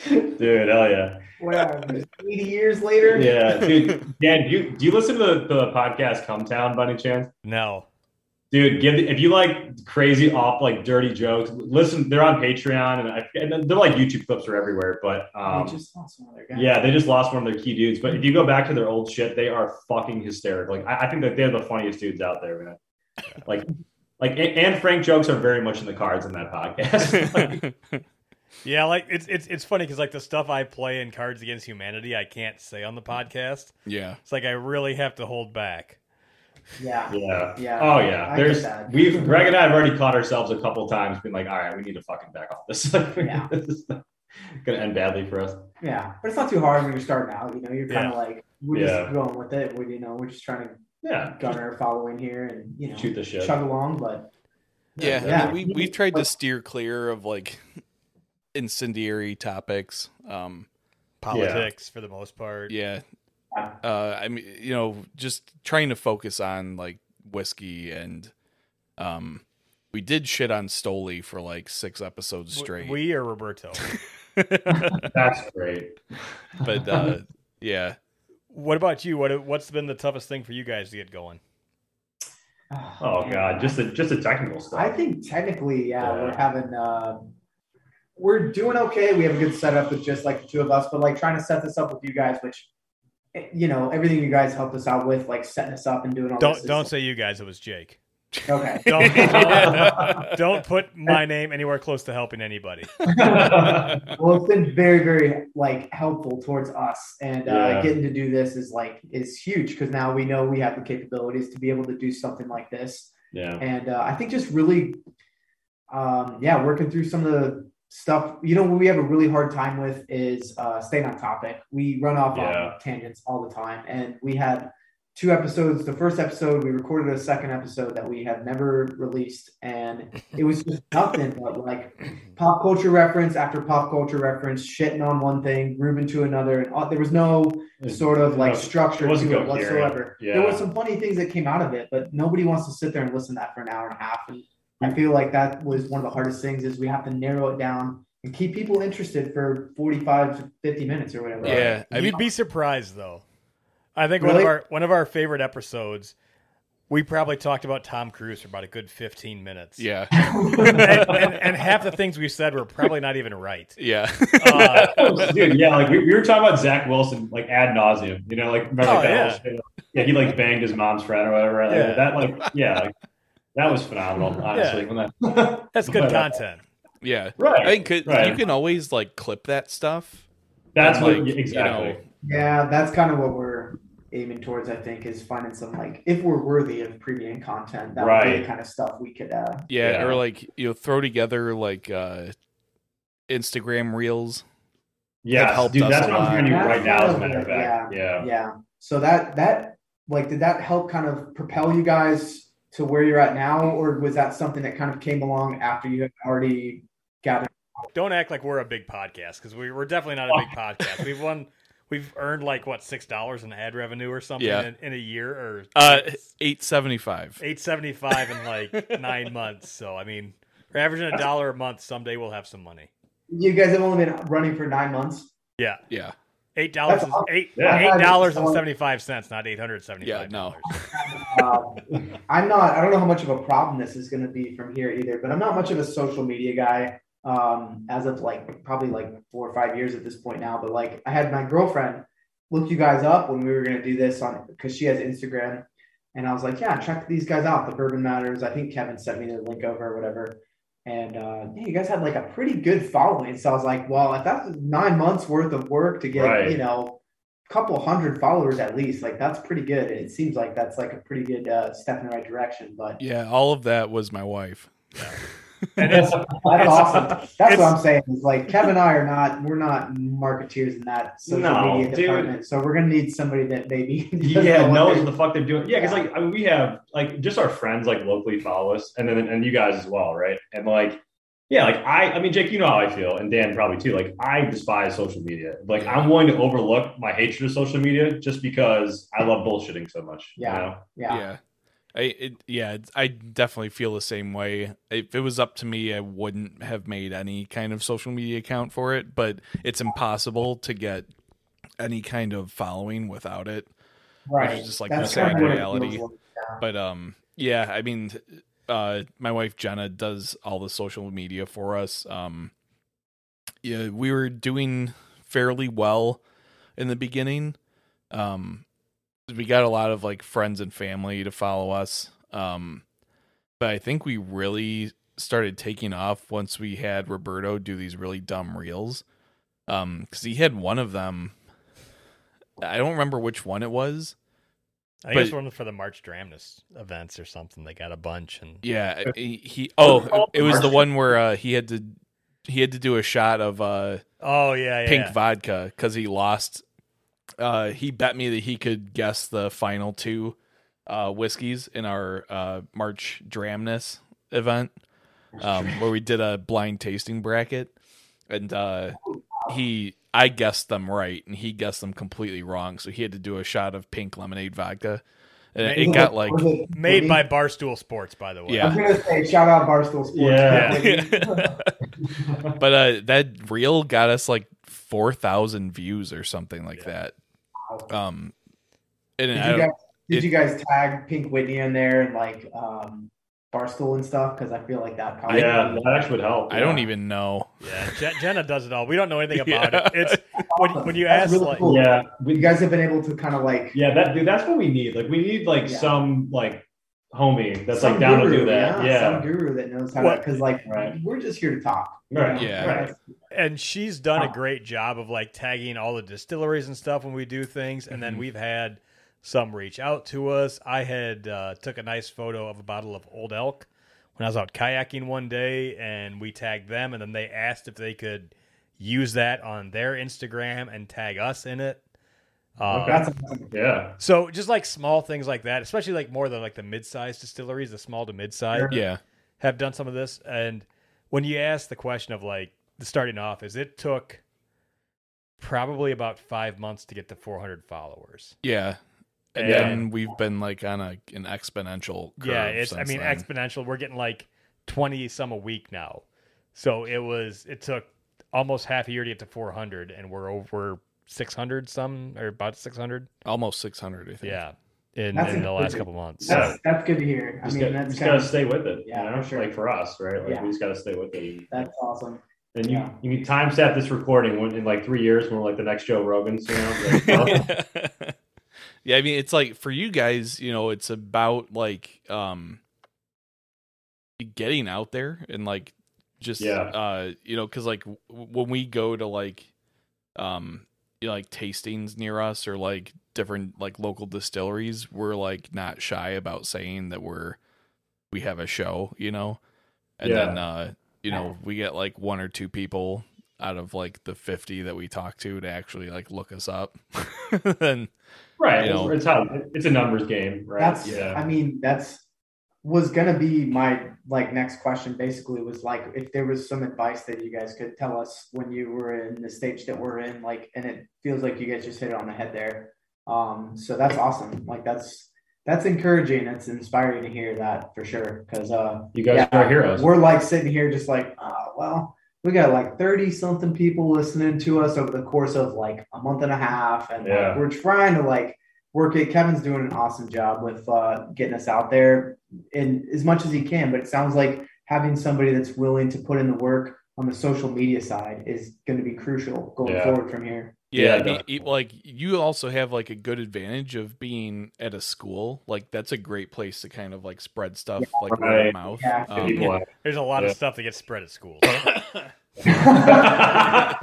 Speaker 3: Dude, hell yeah.
Speaker 2: Whatever. 80 years later?
Speaker 3: Yeah, dude. Dan, do you do you listen to the, the podcast Come Town by any chance?
Speaker 5: no.
Speaker 3: Dude, give if you like crazy off like dirty jokes, listen. They're on Patreon and, I, and they're like YouTube clips are everywhere. But
Speaker 2: I
Speaker 3: um,
Speaker 2: just lost another guy.
Speaker 3: yeah, they just lost one of their key dudes. But if you go back to their old shit, they are fucking hysterical. Like I, I think that they're the funniest dudes out there, man. Like. Like A- and Frank jokes are very much in the cards in that podcast. Like,
Speaker 5: Yeah, like it's it's it's funny because like the stuff I play in Cards Against Humanity, I can't say on the podcast.
Speaker 1: yeah
Speaker 5: It's like I really have to hold back.
Speaker 2: Yeah.
Speaker 3: yeah.
Speaker 2: Yeah.
Speaker 3: Oh yeah.
Speaker 2: I get
Speaker 3: There's
Speaker 2: that.
Speaker 3: we've Greg and I have already caught ourselves a couple times being like, all right, we need to fucking back off this.
Speaker 2: Yeah.
Speaker 3: this is gonna end badly for us.
Speaker 2: Yeah. But it's not too hard when you're starting out. You know, you're kind of like, we're
Speaker 3: Yeah.
Speaker 2: just going with it. We, you know, we're just trying to
Speaker 3: Yeah.
Speaker 2: gun our following here and, you know,
Speaker 3: Shoot the shit.
Speaker 2: chug along. But
Speaker 1: Yeah,
Speaker 2: Yeah.
Speaker 1: I mean, we we've tried to steer clear of like incendiary topics. Um,
Speaker 5: Politics for the most part.
Speaker 1: yeah,
Speaker 2: Yeah.
Speaker 1: uh, I mean, you know, just trying to focus on like whiskey and, um, we did shit on Stoli for like six episodes
Speaker 5: W-
Speaker 1: straight,
Speaker 5: We or Roberto.
Speaker 3: That's great.
Speaker 1: but uh, yeah,
Speaker 5: what about you? What what's been the toughest thing for you guys to get going?
Speaker 3: Oh god, just the just the technical stuff.
Speaker 2: ah, I think technically, yeah,
Speaker 3: Yeah.
Speaker 2: we're having uh, we're doing okay. We have a good setup with just like the two of us, but like trying to set this up with you guys, which eh, you know everything you guys helped us out with, like setting us up and doing all
Speaker 5: Don't
Speaker 2: this.
Speaker 5: don't say you guys. It was Jake.
Speaker 2: say okay.
Speaker 5: Don't
Speaker 1: Yeah.
Speaker 5: don't put my name anywhere close to helping anybody.
Speaker 2: well, it's been very, very like helpful towards us, and uh,
Speaker 3: Yeah.
Speaker 2: getting to do this is like is huge because now we know we have the capabilities to be able to do something like this.
Speaker 3: yeah.
Speaker 2: and uh, I think just really, um, yeah, working through some of the stuff. You know, what we have a really hard time with is uh, staying on topic. We run off
Speaker 3: Yeah.
Speaker 2: on tangents all the time, and we had two episodes. The first episode, we recorded a second episode that we have never released, and it was just nothing but like pop culture reference after pop culture reference, shitting on one thing, grooving to another, and all, there was no sort of like
Speaker 3: No,
Speaker 2: structure
Speaker 3: it
Speaker 2: to
Speaker 3: wasn't
Speaker 2: it
Speaker 3: coherent.
Speaker 2: whatsoever.
Speaker 3: Yeah.
Speaker 2: There was some funny things that came out of it, but nobody wants to sit there and listen to that for an hour and a half. And I feel like that was one of the hardest things is we have to narrow it down and keep people interested for 45 to 50 minutes or whatever.
Speaker 1: yeah. I mean,
Speaker 5: You'd be surprised though. I think one
Speaker 2: Really?
Speaker 5: of our one of our favorite episodes, we probably talked about Tom Cruise for about a good fifteen minutes.
Speaker 1: yeah,
Speaker 5: and, and, and half the things we said were probably not even right.
Speaker 1: yeah,
Speaker 5: Uh,
Speaker 3: Dude, yeah, like we, we were talking about Zach Wilson, like ad nauseum. You know, like remember
Speaker 5: Oh,
Speaker 3: that
Speaker 5: yeah.
Speaker 3: whole shit? Yeah, he like banged his mom's friend or whatever. Like,
Speaker 5: Yeah.
Speaker 3: That like yeah, like, that was phenomenal, honestly. When that
Speaker 5: that's good
Speaker 3: But, uh,
Speaker 5: content.
Speaker 1: yeah.
Speaker 3: Right.
Speaker 1: I mean, could,
Speaker 3: right.
Speaker 1: you can always like clip that stuff.
Speaker 3: That's
Speaker 1: and,
Speaker 3: what
Speaker 1: like, you
Speaker 3: exactly.
Speaker 1: know,
Speaker 2: Yeah, that's kind of what we're aiming towards, I think, is finding some like, if we're worthy of premium content, that would be
Speaker 3: Right.
Speaker 2: the kind of stuff we could, uh,
Speaker 1: yeah,
Speaker 3: Yeah.
Speaker 1: or like you know, throw together like uh, Instagram reels. That
Speaker 3: Yeah,
Speaker 1: helped
Speaker 3: dude,
Speaker 1: us
Speaker 3: that's
Speaker 1: a
Speaker 3: what I'm
Speaker 1: lot.
Speaker 3: trying to do
Speaker 2: That's
Speaker 3: right now. As a
Speaker 2: what-
Speaker 3: matter of fact, yeah.
Speaker 2: yeah so that that like did that help kind of propel you guys to where you're at now or was that something that kind of came along after you had already gathered
Speaker 5: Don't act like we're a big podcast because we, we're definitely not a big podcast. We've won, we've earned like what six dollars in ad revenue or something
Speaker 1: Yeah.
Speaker 5: in, in a year or
Speaker 1: Uh, eight seventy five.
Speaker 5: eight seventy five in like nine months. So I mean, we're averaging a dollar a month. Someday we'll have some money.
Speaker 2: you guys have only been running for nine months
Speaker 5: Yeah,
Speaker 1: Yeah.
Speaker 5: eight dollars,
Speaker 2: awesome.
Speaker 5: eight
Speaker 3: Yeah.
Speaker 5: eight dollars and seventy five cents, not eight hundred seventy
Speaker 1: Yeah,
Speaker 5: five.
Speaker 1: no.
Speaker 2: Uh, I'm not. I don't know how much of a problem this is going to be from here either. But I'm not much of a social media guy. Um, as of like probably like four or five years at this point now. But like I had my girlfriend look you guys up when we were going to do this on because she has Instagram, and I was like, yeah, check these guys out. The Bourbon Matters. I think Kevin sent me the link over or whatever. And uh, yeah, you guys had like a pretty good following. So I was like, well, if that's nine months worth of work to get,
Speaker 3: Right.
Speaker 2: you know, couple hundred followers at least like that's pretty good it seems like that's like a pretty good uh, step in the right direction but
Speaker 1: Yeah, all of that was my wife.
Speaker 5: and it's
Speaker 2: that's
Speaker 5: It's-
Speaker 2: awesome that's
Speaker 5: it's-
Speaker 2: what i'm saying is like kevin and i are not we're not marketeers in that social
Speaker 3: No,
Speaker 2: media
Speaker 3: dude.
Speaker 2: department so we're gonna need somebody that maybe
Speaker 3: yeah,
Speaker 2: doesn't know what
Speaker 3: knows
Speaker 2: they're-
Speaker 3: what the fuck they're doing. Yeah, because like I mean, we have like just our friends like locally follow us, and then and you guys as well, right? And like, yeah, like I, I mean, Jake, you know how I feel, and Dan probably too. Like I despise social media. Like I'm willing to overlook my hatred of social media just because I love bullshitting so much. you
Speaker 2: Yeah.
Speaker 3: know?
Speaker 2: yeah
Speaker 1: yeah. I it, yeah, it's- I definitely feel the same way. If it was up to me, I wouldn't have made any kind of social media account for it, but it's impossible to get any kind of following without it.
Speaker 2: right
Speaker 1: just like
Speaker 2: that's
Speaker 1: the same
Speaker 2: kind of
Speaker 1: reality. But um yeah, I mean uh my wife Jenna does all the social media for us. Um yeah, we were doing fairly well in the beginning. Um we got a lot of like friends and family to follow us. Um but I think we really started taking off once we had Roberto do these really dumb reels. Um cuz he had one of them I don't remember which one it was.
Speaker 5: I think it's one for the March Dramnus events or something. They got a bunch and
Speaker 1: Yeah, he, he
Speaker 3: What was it
Speaker 1: oh,
Speaker 3: called?
Speaker 1: it was the
Speaker 3: Martian?
Speaker 1: one where uh, he had to he had to do a shot of uh,
Speaker 5: oh yeah, yeah.
Speaker 1: pink vodka because he lost. Uh, he bet me that he could guess the final two uh, whiskeys in our uh, March Dramness event, um, where we did a blind tasting bracket, and uh, he I guessed them right and he guessed them completely wrong, so he had to do a shot of pink lemonade vodka, and it, it got like
Speaker 5: Made by Barstool Sports, by the way.
Speaker 1: Yeah.
Speaker 2: i'm gonna say shout out barstool sports
Speaker 3: Yeah.
Speaker 1: but uh that reel got us like 4000 views or something like that um and
Speaker 2: Did
Speaker 1: I
Speaker 2: you
Speaker 1: don't-
Speaker 2: guys did
Speaker 1: it-
Speaker 2: you guys tag Pink Whitney in there and like um Barstool and stuff? Because I feel like that probably
Speaker 3: yeah, that actually would help.
Speaker 1: I don't even know
Speaker 5: Yeah, Je- Jenna does it all. We don't know anything about
Speaker 1: Yeah.
Speaker 5: it. It's when, when you
Speaker 2: That's
Speaker 5: ask,
Speaker 2: really
Speaker 5: like,
Speaker 2: cool.
Speaker 3: Yeah, we,
Speaker 2: you guys have been able to kind of like
Speaker 3: Yeah, that dude, that's what we need. Like we need like
Speaker 2: Yeah.
Speaker 3: some like homie that's
Speaker 2: some
Speaker 3: like down
Speaker 2: guru,
Speaker 3: to do that.
Speaker 2: some
Speaker 3: Yeah.
Speaker 2: guru that knows how
Speaker 5: What-
Speaker 2: to because like
Speaker 3: Right.
Speaker 2: we're just here to talk. you
Speaker 3: Right.
Speaker 2: know?
Speaker 1: Yeah.
Speaker 3: Right.
Speaker 5: and she's done a great job of like tagging all the distilleries and stuff when we do things. And then
Speaker 1: Mhm.
Speaker 5: we've had some reach out to us. I had uh, took a nice photo of a bottle of Old Elk when I was out kayaking one day, and we tagged them, and then they asked if they could use that on their Instagram and tag us in it. Uh,
Speaker 3: Okay.
Speaker 2: That's awesome.
Speaker 3: Yeah.
Speaker 5: So just like small things like that, especially like more than like the mid-sized distilleries, the small to mid-sized
Speaker 1: yeah
Speaker 5: have done some of this. And when you ask the question of like the starting off, is it took probably about five months to get to 400 followers.
Speaker 1: yeah and
Speaker 5: Yeah.
Speaker 1: then we've been like on a an exponential curve
Speaker 5: yeah, it's I
Speaker 1: since
Speaker 5: mean
Speaker 1: then.
Speaker 5: exponential. We're getting like 20 some a week now. So it was it took almost half a year to get to 400, and we're over 600 some or about 600.
Speaker 1: almost 600 I think
Speaker 5: Yeah, in,
Speaker 2: That's
Speaker 5: in the last
Speaker 2: incredible.
Speaker 5: couple months.
Speaker 3: Yeah.
Speaker 5: So.
Speaker 2: That's, that's good to hear. I
Speaker 3: Just,
Speaker 2: mean,
Speaker 3: got,
Speaker 2: that's
Speaker 3: just
Speaker 2: kind
Speaker 3: gotta
Speaker 2: of,
Speaker 3: stay with it.
Speaker 2: Yeah,
Speaker 3: you know?
Speaker 2: for sure.
Speaker 3: Like for us, right? Like
Speaker 2: Yeah.
Speaker 3: we just gotta stay with it.
Speaker 2: that's awesome.
Speaker 3: And you,
Speaker 2: Yeah.
Speaker 3: you need time stamp this recording when, in like three years when we're like the next Joe Rogan's, you know? Like, oh,
Speaker 1: yeah, I mean, it's like for you guys, you know, it's about like um getting out there and like just
Speaker 3: Yeah.
Speaker 1: uh you know cuz like w- when we go to like um you know, like tastings near us or like different like local distilleries, we're like not shy about saying that we're we have a show, you know. And then uh you know, we get like one or two people out of like the 50 that we talk to to actually like look us up and
Speaker 3: right.
Speaker 1: You
Speaker 3: It's,
Speaker 1: know.
Speaker 3: it's how it's a numbers game, right?
Speaker 2: That's
Speaker 3: yeah.
Speaker 2: I mean, that's was gonna be my like next question. Basically, was like if there was some advice that you guys could tell us when you were in the stage that we're in, like, and it feels like you guys just hit it on the head there. Um, so that's awesome. Like that's that's encouraging. It's inspiring to hear that for sure. Because uh,
Speaker 3: you guys
Speaker 2: yeah,
Speaker 3: are heroes.
Speaker 2: we're like sitting here just like, oh well, we got like 30 something people listening to us over the course of like a month and a half. And like,
Speaker 3: Yeah.
Speaker 2: we're trying to like work it. Kevin's doing an awesome job with uh, getting us out there in as much as he can. But it sounds like having somebody that's willing to put in the work on the social media side is going to be crucial going
Speaker 3: Yeah.
Speaker 2: forward from here.
Speaker 3: Yeah,
Speaker 1: Yeah, I mean,
Speaker 3: definitely.
Speaker 1: it- like you also have like a good advantage of being at a school. Like that's a great place to kind of like spread stuff like word
Speaker 3: Right.
Speaker 1: of mouth.
Speaker 2: Yeah.
Speaker 1: Um,
Speaker 3: People have-
Speaker 5: There's a lot
Speaker 3: Yeah. Oh,
Speaker 5: of stuff that gets spread at schools.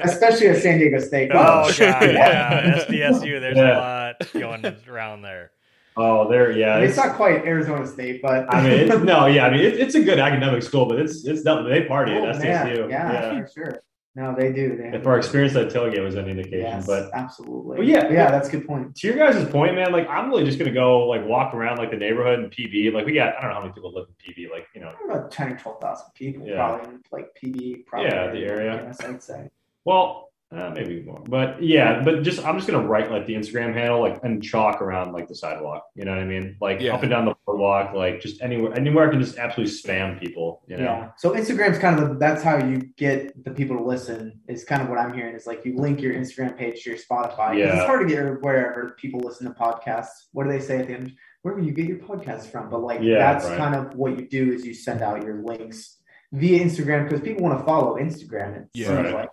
Speaker 2: Especially at San Diego State.
Speaker 5: Oh god,
Speaker 1: Yeah.
Speaker 5: yeah, SDSU. There's
Speaker 3: Yeah.
Speaker 5: a lot going around there.
Speaker 3: oh, there, yeah.
Speaker 2: I mean, it's
Speaker 3: It's,
Speaker 2: not quite Arizona State, but
Speaker 3: I mean, it's, no, yeah. I mean, it's, it's a good academic school, but it's it's definitely they party
Speaker 2: Oh,
Speaker 3: at
Speaker 2: man.
Speaker 3: SDSU.
Speaker 2: Yeah,
Speaker 3: yeah.
Speaker 2: for sure. No, they do. They
Speaker 3: If our experience at tailgate was any indication,
Speaker 2: Yes,
Speaker 3: but
Speaker 2: absolutely.
Speaker 3: Well, yeah,
Speaker 2: yeah,
Speaker 3: yeah.
Speaker 2: that's a good point.
Speaker 3: to your guys' point, man, like I'm really just gonna go like walk around like the neighborhood in PB. Like we got, I don't know how many people live in PB. Like you know,
Speaker 2: About ten or twelve thousand people,
Speaker 3: Yeah.
Speaker 2: probably in, like PB, probably.
Speaker 3: Yeah, the area.
Speaker 2: Yes, I'd say.
Speaker 3: well, uh, maybe more, but yeah, but just I'm just gonna write like the Instagram handle like and chalk around like the sidewalk. You know what I mean? Like
Speaker 1: Yeah.
Speaker 3: up and down the boardwalk, like just anywhere, anywhere I can just absolutely spam people. You know?
Speaker 2: Yeah. So Instagram's kind of the, that's how you get the people to listen. Is kind of what I'm hearing. Is like you link your Instagram page to your Spotify. 'cause It's
Speaker 3: Yeah.
Speaker 2: hard to get wherever people listen to podcasts. What do they say at the end? Wherever you get your podcasts from, but like
Speaker 3: Yeah,
Speaker 2: that's
Speaker 3: right.
Speaker 2: kind of what you do is you send out your links via Instagram because people want to follow Instagram. It
Speaker 1: Yeah.
Speaker 2: seems
Speaker 3: Right. Mm-hmm.
Speaker 2: like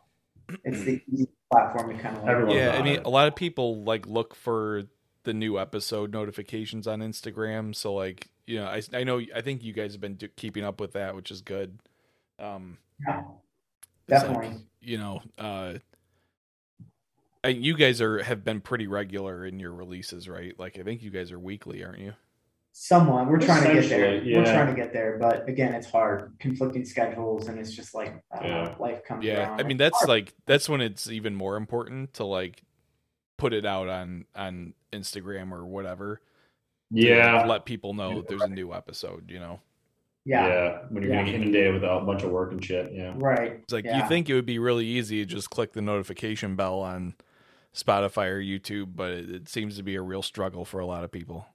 Speaker 2: it's the easy platform to kind of like,
Speaker 3: Everyone-
Speaker 1: yeah, I
Speaker 3: about
Speaker 1: mean,
Speaker 3: it.
Speaker 1: a lot of people like look for the new episode notifications on Instagram. So like, you know, I I know I think you guys have been do- keeping up with that, which is good. Um,
Speaker 2: Yeah.
Speaker 1: it's Like,
Speaker 2: Definitely.
Speaker 1: you know, uh, I, you guys are have been pretty regular in your releases, right? Like, I think you guys are weekly, aren't you?
Speaker 2: someone we're trying to get there
Speaker 3: Essentially,
Speaker 2: we're
Speaker 3: yeah.
Speaker 2: trying to get there but again it's hard conflicting schedules and it's just like I don't know,
Speaker 3: Yeah.
Speaker 2: life comes
Speaker 1: Yeah,
Speaker 2: around.
Speaker 1: I mean that's like that's when it's even more important to like put it out on on Instagram or whatever. to, like,
Speaker 3: Yeah.
Speaker 1: let people know there's a new episode. You know,
Speaker 2: yeah,
Speaker 3: When you're
Speaker 2: Yeah.
Speaker 3: getting inundated with a bunch of work and shit. Yeah.
Speaker 2: right
Speaker 1: it's like
Speaker 2: Yeah.
Speaker 1: you think it would be really easy to just click the notification bell on Spotify or YouTube, but it, it seems to be a real struggle for a lot of people.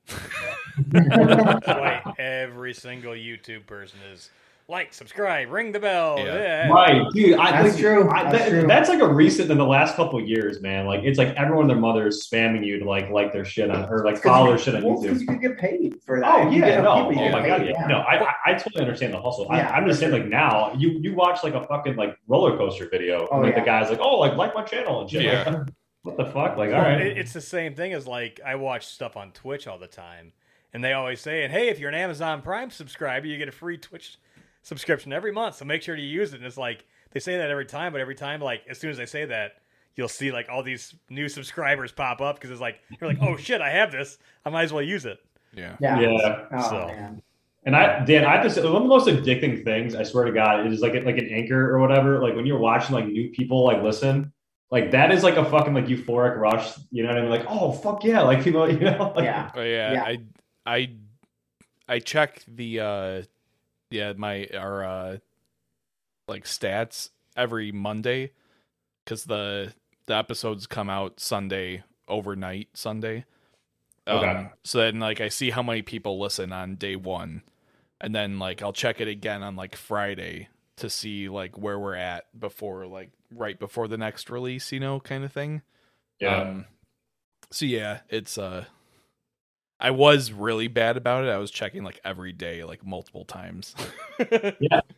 Speaker 5: That's why every single YouTube person is like, subscribe, ring the bell.
Speaker 1: Yeah.
Speaker 5: yeah.
Speaker 3: Right, dude. I
Speaker 2: That's
Speaker 3: think-
Speaker 2: true.
Speaker 3: I-
Speaker 2: That's
Speaker 3: that-
Speaker 2: true.
Speaker 3: That's like a recent in the last couple of years, man. Like it's like everyone and their mother is spamming you to like like their shit on or like follow their shit on
Speaker 2: Well, 'cause
Speaker 3: YouTube.
Speaker 2: you could get paid for that
Speaker 3: Oh
Speaker 2: If you
Speaker 3: yeah,
Speaker 2: get
Speaker 3: no,
Speaker 2: enough
Speaker 3: oh
Speaker 2: people, you
Speaker 3: my
Speaker 2: get
Speaker 3: god,
Speaker 2: paid,
Speaker 3: yeah. no. I, I I totally understand the hustle.
Speaker 2: Yeah,
Speaker 3: I, I'm just saying, like now you you watch like a fucking like roller coaster video,
Speaker 2: Oh,
Speaker 3: like
Speaker 2: yeah.
Speaker 3: the guy's like, oh, like like my channel and shit. Like, what the fuck? Like all
Speaker 5: Well,
Speaker 3: right,
Speaker 5: it- it's the same thing as like I watch stuff on Twitch all the time, and they always say, "And hey, if you're an Amazon Prime subscriber, you get a free Twitch subscription every month. So make sure to use it." And it's like they say that every time, but every time, like as soon as they say that, you'll see like all these new subscribers pop up because it's like you're like, "Oh shit, I have this. I might as well use it."
Speaker 1: Yeah,
Speaker 2: yeah
Speaker 3: yeah.
Speaker 2: Oh,
Speaker 5: So.
Speaker 2: man.
Speaker 3: And I, Dan, I have to say, one of the most addicting things, I swear to God, it is like like an anchor or whatever. Like when you're watching like new people like listen, like that is like a fucking like euphoric rush. You know what I mean? Like oh fuck yeah, like people, you know, like,
Speaker 2: yeah
Speaker 1: Oh, yeah,
Speaker 2: Yeah.
Speaker 1: I I I check the uh yeah, my our uh like stats every Monday cuz the the episodes come out Sunday overnight Sunday. Um,
Speaker 3: Okay.
Speaker 1: so then like I see how many people listen on day 1 and then like I'll check it again on like Friday to see like where we're at before like right before the next release, you know, kind of thing.
Speaker 3: yeah.
Speaker 1: Um, so yeah, it's uh, I was really bad about it. I was checking like every day, like multiple times.
Speaker 3: it gets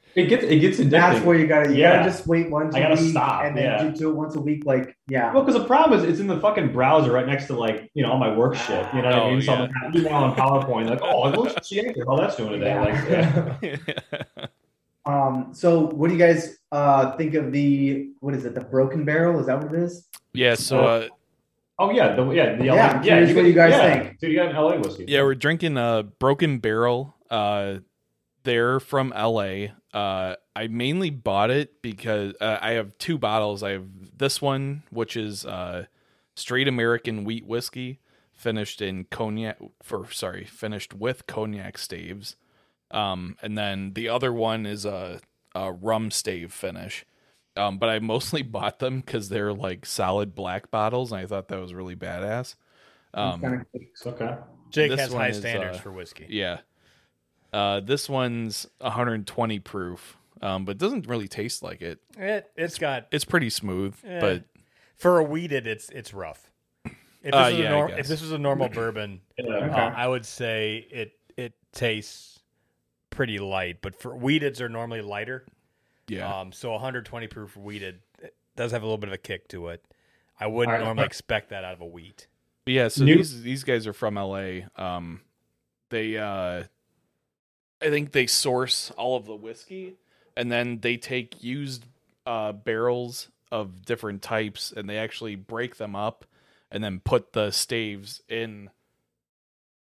Speaker 3: it gets addicting.
Speaker 2: that's where you gotta you
Speaker 3: Yeah.
Speaker 2: gotta just wait once
Speaker 3: I
Speaker 2: a
Speaker 3: gotta
Speaker 2: week
Speaker 3: stop,
Speaker 2: and then
Speaker 3: yeah.
Speaker 2: you do it once a week like yeah
Speaker 3: well, because the problem is it's in the fucking browser right next to like you know all my work shit. You know what
Speaker 1: Oh,
Speaker 3: I mean? So
Speaker 1: yeah.
Speaker 3: I'm like, email and PowerPoint. Like oh, look at the anchor. Oh, that's doing today.
Speaker 2: Yeah.
Speaker 3: Like yeah.
Speaker 2: um so what do you guys uh think of the what is it the broken barrel is that what it is
Speaker 1: yeah. So uh,
Speaker 3: oh yeah, the, yeah, the
Speaker 2: Yeah,
Speaker 3: LA, yeah.
Speaker 2: curious what you guys
Speaker 3: yeah.
Speaker 2: think.
Speaker 3: dude? You got an LA whiskey?
Speaker 1: yeah, we're drinking a Broken Barrel. Uh, they're from L.A. Uh, I mainly bought it because uh, I have two bottles. I have this one, which is uh, straight American wheat whiskey, finished in cognac. For sorry, finished with cognac staves. Um, and then the other one is a, a rum stave finish. Um, but I mostly bought them because they're like solid black bottles, and I thought that was really badass. Um,
Speaker 2: Kinda-
Speaker 3: It's okay.
Speaker 5: Jake
Speaker 1: This
Speaker 5: has
Speaker 1: one
Speaker 5: high
Speaker 1: is,
Speaker 5: standards
Speaker 1: uh,
Speaker 5: for whiskey.
Speaker 1: yeah. Uh, this one's 120 proof. um, but it doesn't really taste like it.
Speaker 5: It it's got
Speaker 1: It's pretty smooth,
Speaker 5: Eh.
Speaker 1: but
Speaker 5: for a weeded. It's it's rough. If this,
Speaker 1: Uh,
Speaker 5: is
Speaker 1: yeah, I
Speaker 5: a norm,
Speaker 1: guess.
Speaker 5: if this was a normal bourbon,
Speaker 3: Yeah.
Speaker 5: uh, I would say it it tastes pretty light. But for weededs are normally lighter.
Speaker 1: yeah.
Speaker 5: Um, so 120 proof weeded it does have a little bit of a kick to it. I wouldn't
Speaker 3: Alright.
Speaker 5: normally expect that out of a wheat.
Speaker 1: But yeah, so
Speaker 3: New-
Speaker 1: these these guys are from LA. Um they uh I think they source all of the whiskey and then they take used uh barrels of different types and they actually break them up and then put the staves in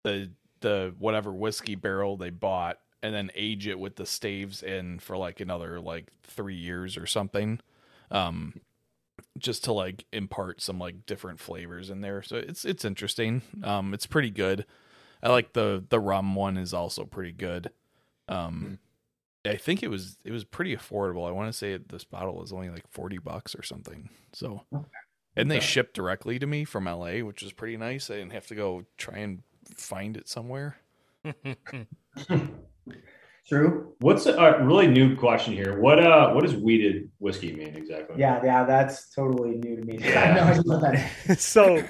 Speaker 1: the the whatever whiskey barrel they bought and then age it with the staves in for like another like 3 years or something. Um just to like impart some like different flavors in there. So it's it's interesting. Um it's pretty good. I like the the rum one is also pretty good. Um I think it was it was pretty affordable. I want to say this bottle was only like 40 bucks or something. So and they
Speaker 3: Okay.
Speaker 1: shipped directly to me from LA, which was pretty nice. I didn't have to go try and find it somewhere.
Speaker 2: True.
Speaker 3: What's a really new question here? What uh, what does weeded whiskey mean exactly?
Speaker 2: Yeah, yeah, that's totally new to me.
Speaker 3: Yeah.
Speaker 2: I know I just love that.
Speaker 5: so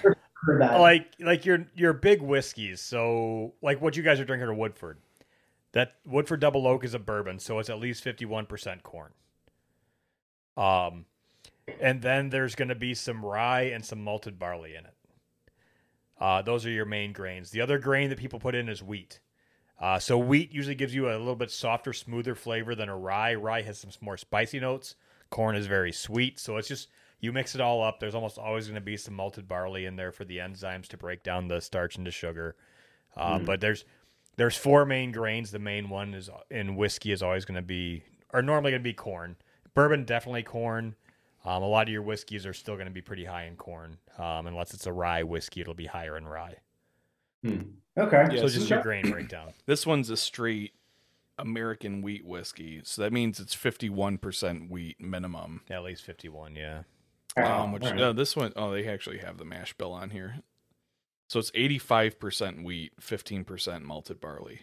Speaker 2: Heard that.
Speaker 1: Oh,
Speaker 5: like like your your big whiskeys. So like what you guys are drinking are Woodford. That Woodford Double Oak is a bourbon, so it's at least fifty one percent corn. Um, and then there's going to be some rye and some malted barley in it. Uh, those are your main grains. The other grain that people put in is wheat. Uh, so wheat usually gives you a little bit softer, smoother flavor than a rye. Rye has some more spicy notes. Corn is very sweet, so it's just you mix it all up. There's almost always going to be some malted barley in there for the enzymes to break down the starch into sugar. Uh, But there's there's four main grains. The main one is in whiskey is always going to be or normally going to be corn. Bourbon definitely corn. Um, a lot of your whiskeys are still going to be pretty high in corn, um, unless it's a rye whiskey. It'll be higher in rye.
Speaker 2: okay.
Speaker 1: Yeah,
Speaker 5: so
Speaker 1: so-
Speaker 5: just your grain breakdown.
Speaker 1: This one's a straight American wheat whiskey. So that means it's 51% wheat minimum.
Speaker 5: At least fifty-one. Yeah.
Speaker 1: Um, which
Speaker 3: alright.
Speaker 1: no, this one oh they actually have the mash bill on here. So it's eighty five percent wheat, fifteen percent malted barley.